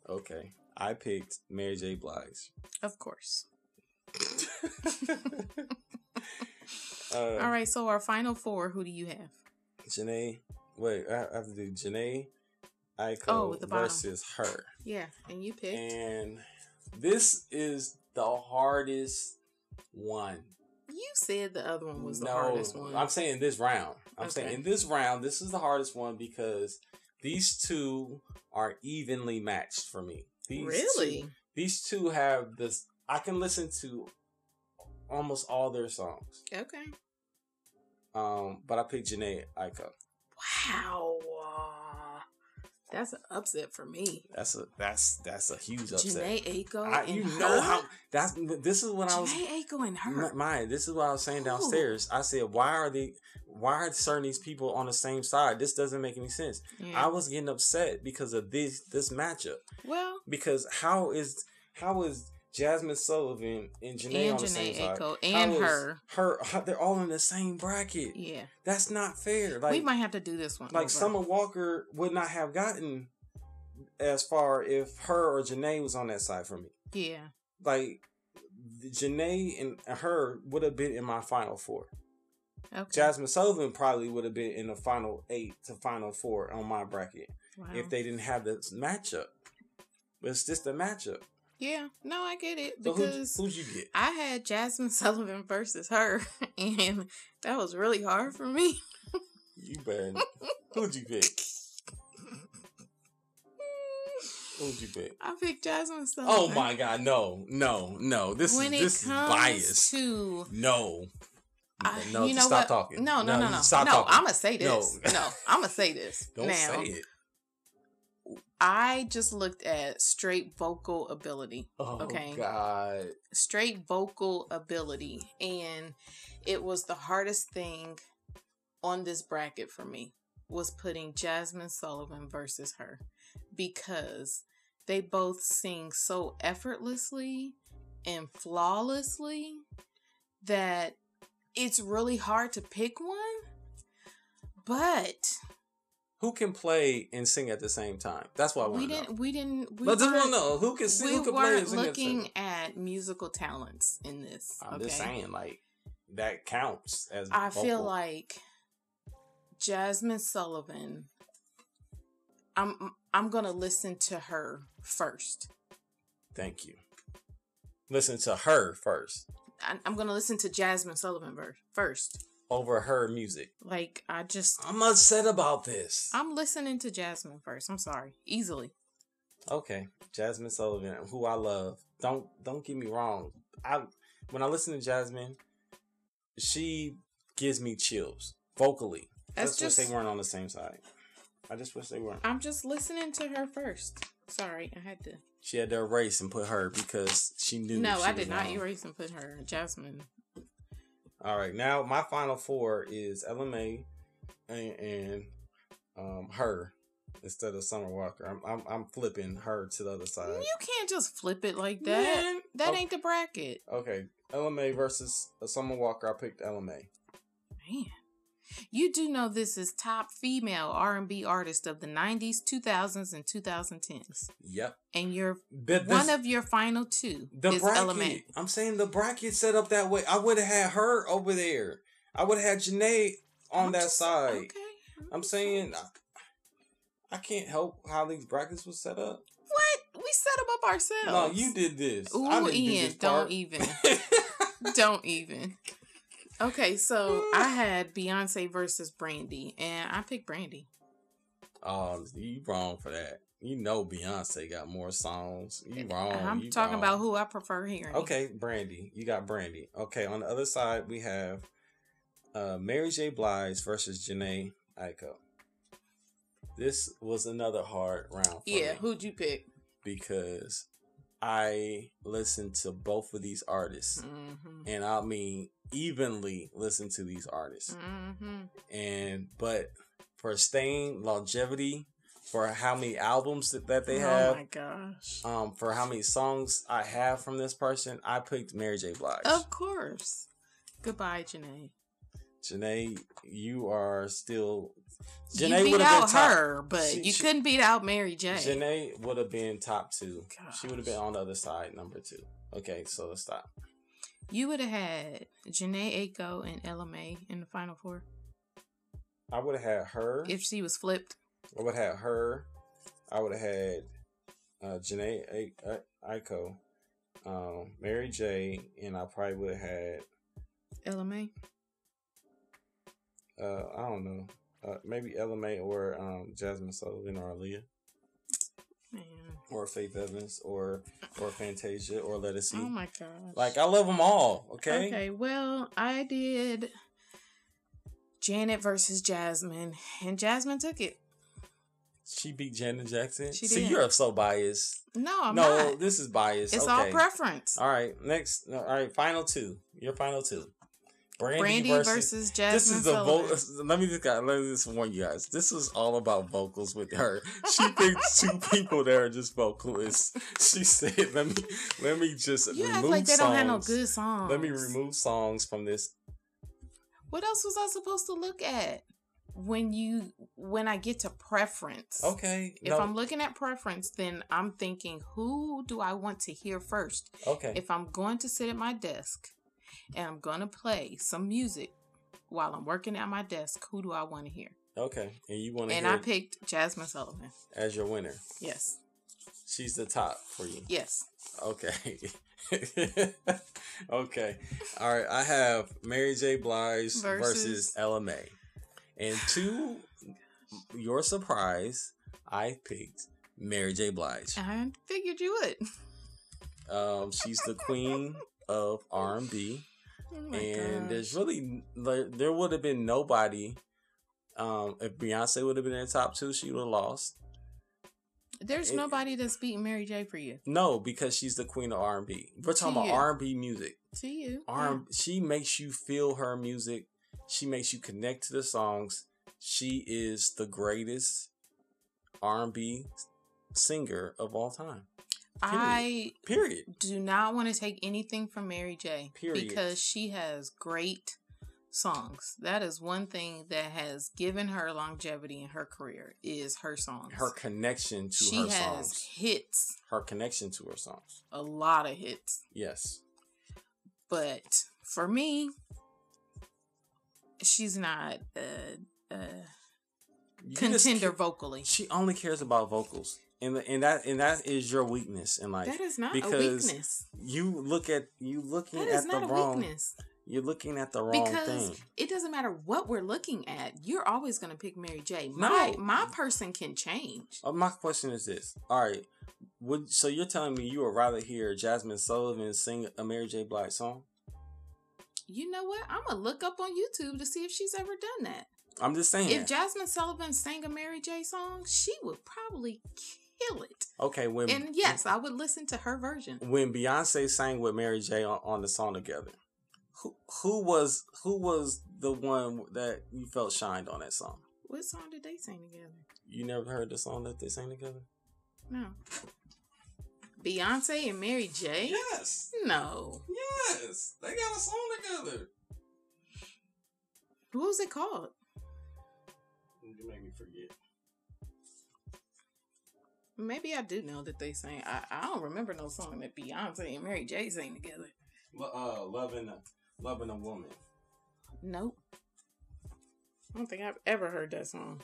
Speaker 2: Okay. I picked Mary J. Blige.
Speaker 1: of course.
Speaker 2: *laughs* Uh,
Speaker 1: All right, so our final four, who do you have?
Speaker 2: Janae. Wait, I I have to do Janae Aiko
Speaker 1: Oh, at the bottom.
Speaker 2: versus her.
Speaker 1: Yeah, and you picked.
Speaker 2: And this is the hardest one.
Speaker 1: you said the other one was the
Speaker 2: no,
Speaker 1: hardest one.
Speaker 2: I'm saying this round. I'm
Speaker 1: Okay.
Speaker 2: saying in this round, this is the hardest one because these two are evenly matched for me. These
Speaker 1: really?
Speaker 2: two- these two have this. I can listen to almost all their songs.
Speaker 1: Okay.
Speaker 2: Um, but I picked Janae Aiko.
Speaker 1: Wow. That's an upset for me.
Speaker 2: That's a that's that's a huge upset.
Speaker 1: Janae Aiko
Speaker 2: I,
Speaker 1: and
Speaker 2: you
Speaker 1: her.
Speaker 2: know how that's this is what I was
Speaker 1: Janae Aiko and her.
Speaker 2: M- Maya, this is what I was saying
Speaker 1: Who?
Speaker 2: downstairs. I said, why are they, why are certain these people on the same side? This doesn't make any sense.
Speaker 1: Yeah.
Speaker 2: I was getting upset because of this this matchup.
Speaker 1: well,
Speaker 2: Because how is how is Jasmine Sullivan and Janae
Speaker 1: and
Speaker 2: on the same
Speaker 1: Janae
Speaker 2: side?
Speaker 1: Aiko
Speaker 2: How
Speaker 1: and
Speaker 2: is
Speaker 1: her.
Speaker 2: her, how- they're all in the same bracket.
Speaker 1: Yeah,
Speaker 2: That's not fair. Like
Speaker 1: we might have to do this one.
Speaker 2: like
Speaker 1: over.
Speaker 2: Summer Walker would not have gotten as far if her or Janae was on that side for me.
Speaker 1: Yeah,
Speaker 2: Like Janae and her would have been in my final four.
Speaker 1: okay.
Speaker 2: Jasmine Sullivan probably would have been in the final eight to final four on my bracket
Speaker 1: wow.
Speaker 2: if they didn't have this matchup. But it's just a matchup.
Speaker 1: yeah, no, I get it
Speaker 2: So
Speaker 1: because
Speaker 2: who who'd you get?
Speaker 1: I had Jasmine *laughs* Sullivan versus her, *laughs* and that was really hard for me. *laughs*
Speaker 2: You better. who'd you pick? Who'd you pick?
Speaker 1: I picked Jasmine Sullivan.
Speaker 2: Oh my God! No, no, no! This
Speaker 1: when
Speaker 2: is this
Speaker 1: it
Speaker 2: is
Speaker 1: comes
Speaker 2: biased.
Speaker 1: to
Speaker 2: No,
Speaker 1: I-
Speaker 2: no,
Speaker 1: you know
Speaker 2: stop
Speaker 1: what?
Speaker 2: talking.
Speaker 1: No, no, no, no.
Speaker 2: Stop
Speaker 1: no,
Speaker 2: talking.
Speaker 1: I'm gonna say this.
Speaker 2: No.
Speaker 1: No, I'm gonna say this.
Speaker 2: *laughs* Don't
Speaker 1: now,
Speaker 2: say it.
Speaker 1: I just looked at straight vocal ability.
Speaker 2: Oh
Speaker 1: Okay.
Speaker 2: God!
Speaker 1: straight vocal ability and it was the hardest thing on this bracket for me was putting Jasmine Sullivan versus her because they both sing so effortlessly and flawlessly that it's really hard to pick one but
Speaker 2: Who can play and sing at the same time? That's what I
Speaker 1: we
Speaker 2: want to know.
Speaker 1: didn't we didn't we
Speaker 2: Let's just
Speaker 1: weren't-
Speaker 2: want to know who can sing,
Speaker 1: we
Speaker 2: who can play
Speaker 1: weren't
Speaker 2: and sing at the same
Speaker 1: looking at musical talents in this
Speaker 2: I'm just saying, like that counts as.
Speaker 1: I feel
Speaker 2: vocal.
Speaker 1: like Jasmine Sullivan. I'm I'm gonna listen to her first.
Speaker 2: Thank you. Listen to her first
Speaker 1: I, I'm gonna listen to Jasmine Sullivan ver- first.
Speaker 2: over her music.
Speaker 1: Like I just
Speaker 2: I'm upset about this.
Speaker 1: I'm listening to Jasmine first. I'm sorry, easily.
Speaker 2: okay, Jasmine Sullivan, who I love. Don't don't get me wrong. I when I listen to Jasmine, she gives me chills vocally.
Speaker 1: That's
Speaker 2: I just wish
Speaker 1: just
Speaker 2: they weren't on the same side. I just wish they weren't.
Speaker 1: I'm just listening to her first. Sorry, I had to.
Speaker 2: She had to erase and put her because she knew.
Speaker 1: no,
Speaker 2: she
Speaker 1: I
Speaker 2: was
Speaker 1: did not
Speaker 2: wrong.
Speaker 1: erase and put her Jasmine.
Speaker 2: All right, now my final four is LMA and, and um her instead of Summer Walker. I'm I'm, I'm flipping her to the other side.
Speaker 1: You can't just flip it like that.
Speaker 2: Man.
Speaker 1: That
Speaker 2: Okay.
Speaker 1: ain't the bracket.
Speaker 2: Okay, LMA versus uh, Summer Walker. I picked LMA.
Speaker 1: Man. You do know this is top female R&B artist of the 90s, 2000s, and 2010s.
Speaker 2: Yep.
Speaker 1: And your
Speaker 2: The, the,
Speaker 1: one of your final two
Speaker 2: the
Speaker 1: is
Speaker 2: bracket.
Speaker 1: LMA.
Speaker 2: I'm saying the bracket set up that way. I would have had her over there. I would have had Janae on
Speaker 1: I'm
Speaker 2: that
Speaker 1: just-
Speaker 2: side.
Speaker 1: Okay.
Speaker 2: I'm saying uh, I, I can't help how these brackets were set up.
Speaker 1: What? We set them up ourselves.
Speaker 2: No, you did this. I
Speaker 1: Ooh,
Speaker 2: didn't do
Speaker 1: Ian,
Speaker 2: this
Speaker 1: don't e-
Speaker 2: part.
Speaker 1: even. don't even. Okay, so
Speaker 2: *laughs*
Speaker 1: I had Beyonce versus Brandy, and I picked Brandy.
Speaker 2: *laughs* Oh, you wrong for that. You know Beyonce got more songs. You wrong.
Speaker 1: Eh, I'm
Speaker 2: you
Speaker 1: talking
Speaker 2: wrong.
Speaker 1: about who I prefer hearing.
Speaker 2: Okay, Brandy. You got Brandy. Okay, on the other side we have uh Mary J. Blige versus Janae Aiko. This was another hard round for
Speaker 1: Yeah,
Speaker 2: me
Speaker 1: who'd you pick?
Speaker 2: because I listened to both of these artists.
Speaker 1: Mm-hmm.
Speaker 2: And I mean evenly listen to these artists.
Speaker 1: Mm-hmm.
Speaker 2: And but for staying longevity, for how many albums that, that they have,
Speaker 1: Oh my gosh.
Speaker 2: um, for how many songs I have from this person, I picked Mary J. Blige.
Speaker 1: Of course. Goodbye, Janae.
Speaker 2: Janae, you are still.
Speaker 1: you
Speaker 2: would've
Speaker 1: beat out her, but
Speaker 2: She-
Speaker 1: you
Speaker 2: she-
Speaker 1: couldn't beat out Mary J.
Speaker 2: Janae would have been top two. She would have been
Speaker 1: Gosh.
Speaker 2: on the other side, number two. Okay, so let's stop.
Speaker 1: You would have had Janae Aiko and LMA in the final four
Speaker 2: I would have had her.
Speaker 1: if she was flipped.
Speaker 2: I would have had her. I would have had uh, Janae A- A- Aiko, um, Mary J, and I probably would have had.
Speaker 1: LMA.
Speaker 2: Uh, I don't know. Uh, maybe LMA or um, Jasmine Sullivan or Aaliyah.
Speaker 1: Man.
Speaker 2: or Faith Evans or or Fantasia or Let It See.
Speaker 1: Oh my gosh.
Speaker 2: like I love them all. Okay.
Speaker 1: Okay, well, I did Janet versus Jasmine, and Jasmine took it.
Speaker 2: She beat Janet Jackson.
Speaker 1: She
Speaker 2: See,
Speaker 1: did.
Speaker 2: you're so biased.
Speaker 1: No, I'm
Speaker 2: no,
Speaker 1: not.
Speaker 2: this is biased.
Speaker 1: It's
Speaker 2: okay.
Speaker 1: all preference.
Speaker 2: All right, next. All right, final two. Your final two. Brandy,
Speaker 1: Brandy
Speaker 2: versus.
Speaker 1: versus, Jasmine.
Speaker 2: this is the
Speaker 1: Sullivan.
Speaker 2: vote. *laughs* Let me just let me just warn you guys. This was all about vocals with her. She
Speaker 1: *laughs*
Speaker 2: thinks two people that are just vocalists. She said, "Let me let me just
Speaker 1: You act
Speaker 2: remove
Speaker 1: like they
Speaker 2: songs.
Speaker 1: don't have no good songs.
Speaker 2: Let me remove songs from this
Speaker 1: What else was I supposed to look at when you when I get to preference?
Speaker 2: Okay.
Speaker 1: If
Speaker 2: no,
Speaker 1: I'm looking at preference, then I'm thinking, who do I want to hear first?
Speaker 2: okay.
Speaker 1: if I'm going to sit at my desk and I'm going to play some music while I'm working at my desk, who do I want to hear?
Speaker 2: okay. And you want to
Speaker 1: And
Speaker 2: hear
Speaker 1: I picked Jasmine Sullivan.
Speaker 2: as your winner.
Speaker 1: Yes.
Speaker 2: She's the top for you.
Speaker 1: Yes.
Speaker 2: Okay. *laughs* okay. All right. I have Mary J. Blige versus,
Speaker 1: Versus-
Speaker 2: LMA. And to your surprise, I picked Mary J. Blige.
Speaker 1: I figured you would. *laughs*
Speaker 2: Um, she's the queen of R&B.
Speaker 1: *laughs* Oh my
Speaker 2: and
Speaker 1: gosh.
Speaker 2: there's really there, there would have been nobody um, if Beyonce would have been in the top two, she would have lost.
Speaker 1: There's
Speaker 2: it-
Speaker 1: nobody that's beating Mary J for you.
Speaker 2: No, because she's the queen of R and B. We're talking
Speaker 1: She
Speaker 2: about
Speaker 1: is.
Speaker 2: R and B music.
Speaker 1: To you.
Speaker 2: R she makes you feel her music. She makes you connect to the songs. She is the greatest R and B singer of all time.
Speaker 1: I
Speaker 2: Period.
Speaker 1: do not want to take anything from Mary J
Speaker 2: Period.
Speaker 1: because she has great songs. That is one thing that has given her longevity in her career is her songs.
Speaker 2: Her connection to
Speaker 1: she
Speaker 2: her
Speaker 1: has
Speaker 2: songs.
Speaker 1: hits,
Speaker 2: Her connection to her songs.
Speaker 1: a lot of hits.
Speaker 2: Yes.
Speaker 1: But for me, she's not a, a
Speaker 2: You just
Speaker 1: contender
Speaker 2: ca-
Speaker 1: vocally.
Speaker 2: She only cares about vocals, and and that and that is your weakness in life.
Speaker 1: That is not a
Speaker 2: because
Speaker 1: weakness.
Speaker 2: you look at you looking
Speaker 1: That
Speaker 2: at
Speaker 1: is
Speaker 2: the
Speaker 1: not a
Speaker 2: wrong.
Speaker 1: weakness.
Speaker 2: You're looking at the wrong
Speaker 1: Because
Speaker 2: thing.
Speaker 1: it doesn't matter what we're looking at, you're always gonna pick Mary J.
Speaker 2: No.
Speaker 1: My my person can change.
Speaker 2: Uh, my question is this: All right, would so you're telling me you would rather hear Jasmine Sullivan sing a Mary J. Blige song?
Speaker 1: You know what? I'm gonna look up on YouTube to see if she's ever done that.
Speaker 2: I'm just saying.
Speaker 1: If Jasmine Sullivan sang a Mary J song, she would probably kill it.
Speaker 2: okay, when
Speaker 1: And yes, I would listen to her version.
Speaker 2: when Beyonce sang with Mary J. on, on the song together, who who was who was the one that you felt shined on that song?
Speaker 1: What song did they sing together?
Speaker 2: You never heard the song that they sang together?
Speaker 1: No. Beyonce and Mary J?
Speaker 2: Yes.
Speaker 1: No.
Speaker 2: Yes. They got a song together.
Speaker 1: What was it called?
Speaker 2: You make me forget.
Speaker 1: Maybe I do know that they sang. I, I don't remember no song that Beyonce and Mary J sang together.
Speaker 2: Lo- uh, loving a loving a woman.
Speaker 1: Nope. I don't think I've ever heard that song.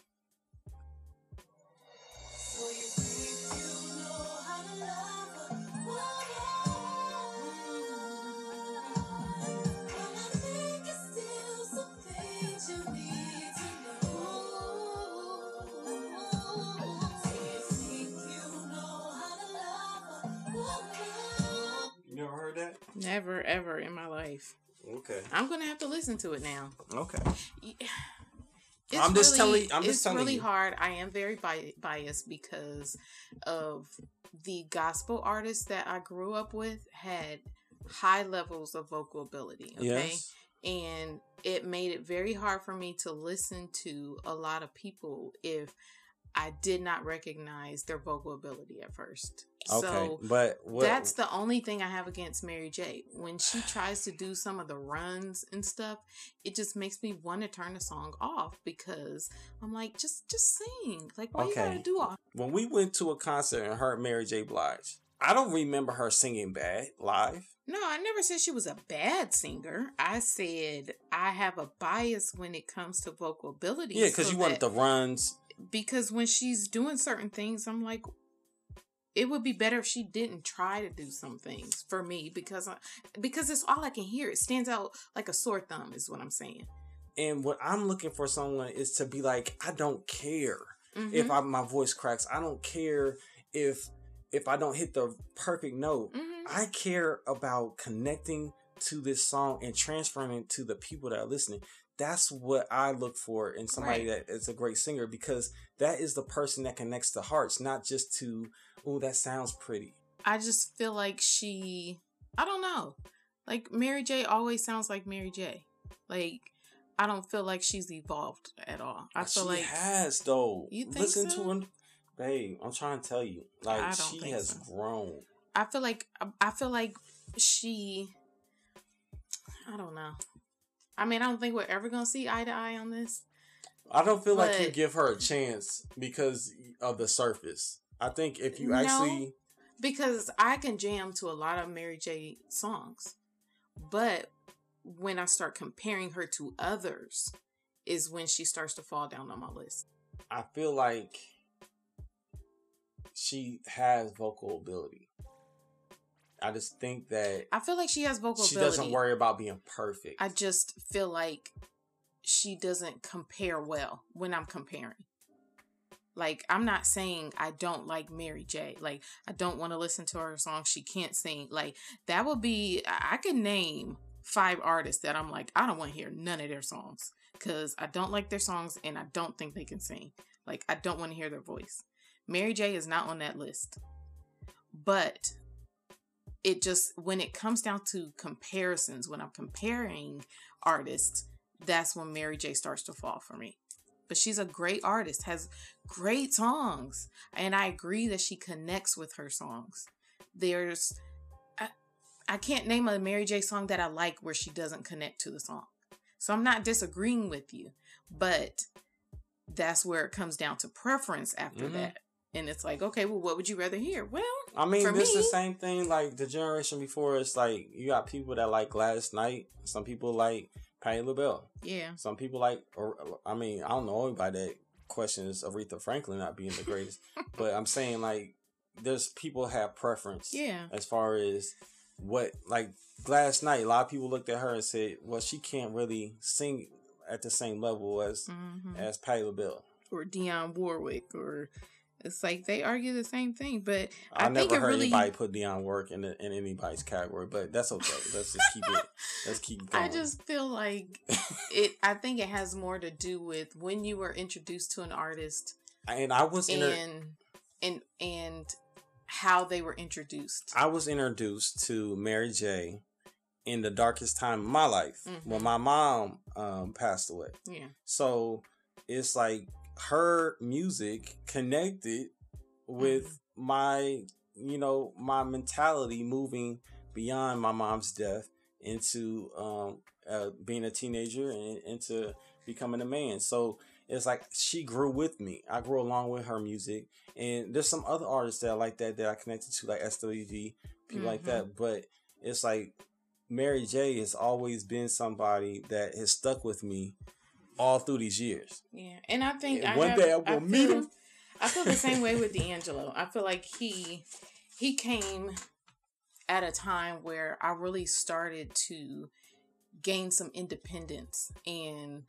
Speaker 2: You never heard that?
Speaker 1: Never, ever in my life.
Speaker 2: Okay.
Speaker 1: I'm gonna have to listen to it now.
Speaker 2: Okay.
Speaker 1: It's
Speaker 2: I'm just telling- I'm just
Speaker 1: it's
Speaker 2: telling
Speaker 1: really
Speaker 2: you.
Speaker 1: hard. I am very bi- biased because of the gospel artists that I grew up with had high levels of vocal ability. Okay,
Speaker 2: Yes.
Speaker 1: and it made it very hard for me to listen to a lot of people if I did not recognize their vocal ability at first.
Speaker 2: Okay.
Speaker 1: So
Speaker 2: but what?
Speaker 1: that's the only thing I have against Mary J. When she tries to do some of the runs and stuff, it just makes me want to turn the song off because I'm like, just just sing. Like, why you gotta
Speaker 2: Okay.
Speaker 1: do all?
Speaker 2: when we went to a concert and heard Mary J. Blige. I don't remember her singing bad live.
Speaker 1: No, I never said she was a bad singer. I said I have a bias when it comes to vocal ability.
Speaker 2: Yeah, because
Speaker 1: so
Speaker 2: you wanted
Speaker 1: that-
Speaker 2: the runs.
Speaker 1: because when she's doing certain things, I'm like, it would be better if she didn't try to do some things for me because I, because it's all I can hear. It stands out like a sore thumb, is what I'm saying.
Speaker 2: And what I'm looking for someone is to be like, I don't care
Speaker 1: Mhm.
Speaker 2: if I, my voice cracks. I don't care if if I don't hit the perfect note.
Speaker 1: Mhm.
Speaker 2: I care about connecting to this song and transferring it to the people that are listening. That's what I look for in somebody that is a great singer because that is the person that connects the hearts, not just to, oh, that sounds pretty.
Speaker 1: I just feel like she, I don't know, like Mary J. always sounds like Mary J. Like I don't feel like she's evolved at all. I feel
Speaker 2: she
Speaker 1: like
Speaker 2: has though.
Speaker 1: You think
Speaker 2: Listen
Speaker 1: so?
Speaker 2: to her, babe. I'm trying to tell you, like
Speaker 1: I don't
Speaker 2: she
Speaker 1: think
Speaker 2: has
Speaker 1: so.
Speaker 2: grown.
Speaker 1: I feel like I feel like she. I don't know. I mean, I don't think we're ever gonna see eye to eye on this.
Speaker 2: I don't feel like you
Speaker 1: But-
Speaker 2: give her a chance because of the surface. I think if you actually,
Speaker 1: because I can jam to a lot of Mary J songs, but when I start comparing her to others, is when she starts to fall down on my list.
Speaker 2: I feel like she has vocal ability. I just think that
Speaker 1: I feel like she has vocal
Speaker 2: she
Speaker 1: ability.
Speaker 2: doesn't worry about being perfect.
Speaker 1: I just feel like she doesn't compare well when I'm comparing. Like I'm not saying I don't like Mary J. Like I don't want to listen to her song. She can't sing. Like that would be I I could name five artists that I'm like I don't want to hear none of their songs because I don't like their songs and I don't think they can sing. Like I don't want to hear their voice. Mary J. is not on that list, but it just when it comes down to comparisons when i'm comparing artists that's when mary j starts to fall for me but she's a great artist has great songs and i agree that she connects with her songs there's i, I can't name a mary j song that i like where she doesn't connect to the song so i'm not disagreeing with you but that's where it comes down to preference after
Speaker 2: Mhm.
Speaker 1: that and it's like okay well what would you rather hear well
Speaker 2: I mean,
Speaker 1: For
Speaker 2: this is the
Speaker 1: me-
Speaker 2: same thing like the generation before. It's like you got people that like Gladys Knight. Some people like Patti LaBelle.
Speaker 1: yeah
Speaker 2: Some people like, or I mean, I don't know anybody that questions Aretha Franklin not being
Speaker 1: *laughs*
Speaker 2: the greatest, but I'm saying like, there's people have preference
Speaker 1: yeah
Speaker 2: as far as what like last night. A lot of people looked at her and said, "Well, she can't really sing at the same level as
Speaker 1: hmm
Speaker 2: as Patti LaBelle."
Speaker 1: or Dionne Warwick or it's like they argue the same thing, but
Speaker 2: I,
Speaker 1: I think
Speaker 2: never
Speaker 1: it
Speaker 2: heard
Speaker 1: really-
Speaker 2: anybody put Dionne Work in the, in anybody's category, but that's okay. Let's just keep it. Let's keep
Speaker 1: *laughs*
Speaker 2: going.
Speaker 1: I just feel like it I think it has more to do with when you were introduced to an artist
Speaker 2: and I was inter-
Speaker 1: and and and how they were introduced.
Speaker 2: I was introduced to Mary J in the darkest time of my life
Speaker 1: Mhm.
Speaker 2: when my mom um, passed away.
Speaker 1: yeah.
Speaker 2: So it's like her music connected with my you know my mentality moving beyond my mom's death into um uh, being a teenager and into becoming a man so it's like she grew with me i grew along with her music and there's some other artists that I like that that i connected to like swd people like
Speaker 1: Mhm.
Speaker 2: that but it's like mary j has always been somebody that has stuck with me all through these years
Speaker 1: Yeah, and I think
Speaker 2: And
Speaker 1: I
Speaker 2: one
Speaker 1: have-
Speaker 2: day I
Speaker 1: I
Speaker 2: will meet
Speaker 1: feel-
Speaker 2: him.
Speaker 1: I feel the same way
Speaker 2: *laughs*
Speaker 1: with D'Angelo. I feel like he he came at a time where I really started to gain some independence and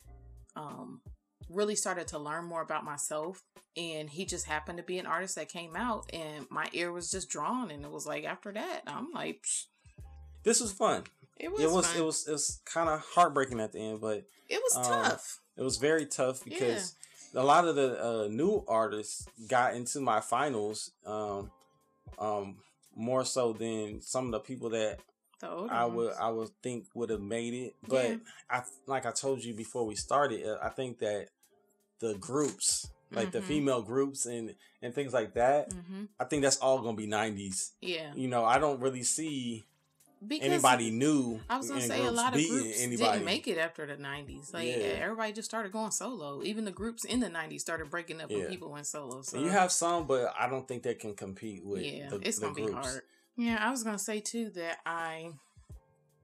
Speaker 1: um, really started to learn more about myself. And he just happened to be an artist that came out, and my ear was just drawn. And it was like after that, I'm like, psh,
Speaker 2: this was fun
Speaker 1: it was
Speaker 2: it was
Speaker 1: fun.
Speaker 2: it was it was kind of heartbreaking at the end, but
Speaker 1: It was
Speaker 2: um,
Speaker 1: tough.
Speaker 2: it was very tough because a lot of the uh, new artists got into my finals um, um, more so than some of the people that
Speaker 1: The older
Speaker 2: I would
Speaker 1: ones.
Speaker 2: I would think would have made it. But
Speaker 1: Yeah.
Speaker 2: I like I told you before we started, uh, I think that the groups like the
Speaker 1: Mhm.
Speaker 2: female groups and and things like that
Speaker 1: Mhm.
Speaker 2: i think that's all gonna be 90s
Speaker 1: Yeah,
Speaker 2: you know i don't really see
Speaker 1: because
Speaker 2: anybody new
Speaker 1: I was gonna
Speaker 2: in
Speaker 1: say a
Speaker 2: groups
Speaker 1: lot of
Speaker 2: beating
Speaker 1: groups didn't make it after the '90s. Like
Speaker 2: Yeah.
Speaker 1: everybody just started going solo. Even the groups in the '90s started breaking up,
Speaker 2: Yeah.
Speaker 1: and people went solo. So
Speaker 2: And you have some, but I don't think they can compete with
Speaker 1: yeah,
Speaker 2: the,
Speaker 1: it's
Speaker 2: the
Speaker 1: gonna
Speaker 2: groups.
Speaker 1: be hard. Yeah, I was gonna say too that I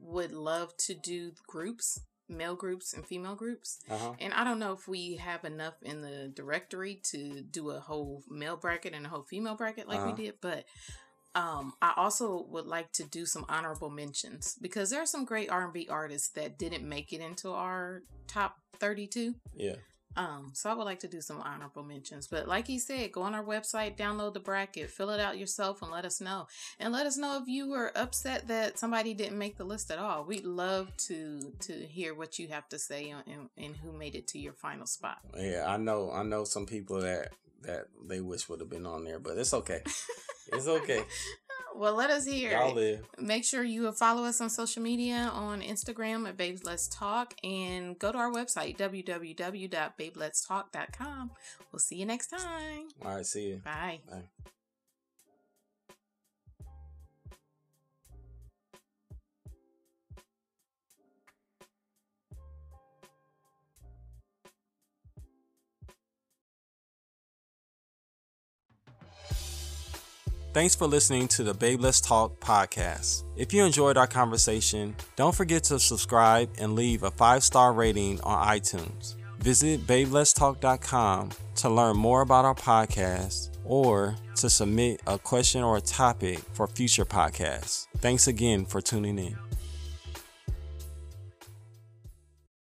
Speaker 1: would love to do groups, male groups and female groups.
Speaker 2: Uh-huh.
Speaker 1: And I don't know if we have enough in the directory to do a whole male bracket and a whole female bracket like
Speaker 2: Uh-huh.
Speaker 1: we did, but um, I also would like to do some honorable mentions because there are some great R and B artists that didn't make it into our top thirty-two.
Speaker 2: Yeah.
Speaker 1: Um, so I would like to do some honorable mentions. But like he said, go on our website, download the bracket, fill it out yourself, and let us know. And let us know if you were upset that somebody didn't make the list at all. We'd love to to hear what you have to say and, and, and who made it to your final spot.
Speaker 2: Yeah, I know I know some people that that they wish would have been on there, but it's
Speaker 1: *laughs*
Speaker 2: okay. it's okay.
Speaker 1: Well, let us hear.
Speaker 2: Y'all
Speaker 1: it.
Speaker 2: live.
Speaker 1: Make sure you follow us on social media on Instagram at Babes Let's Talk and go to our website, www.babeletstalk.com. We'll see you next time.
Speaker 2: All right, see you.
Speaker 1: Bye.
Speaker 2: Thanks for listening to the Babe Let's Talk podcast. If you enjoyed our conversation, don't forget to subscribe and leave a five star rating on iTunes. Visit babeletstalk.com to learn more about our podcast or to submit a question or a topic for future podcasts. Thanks again for tuning in.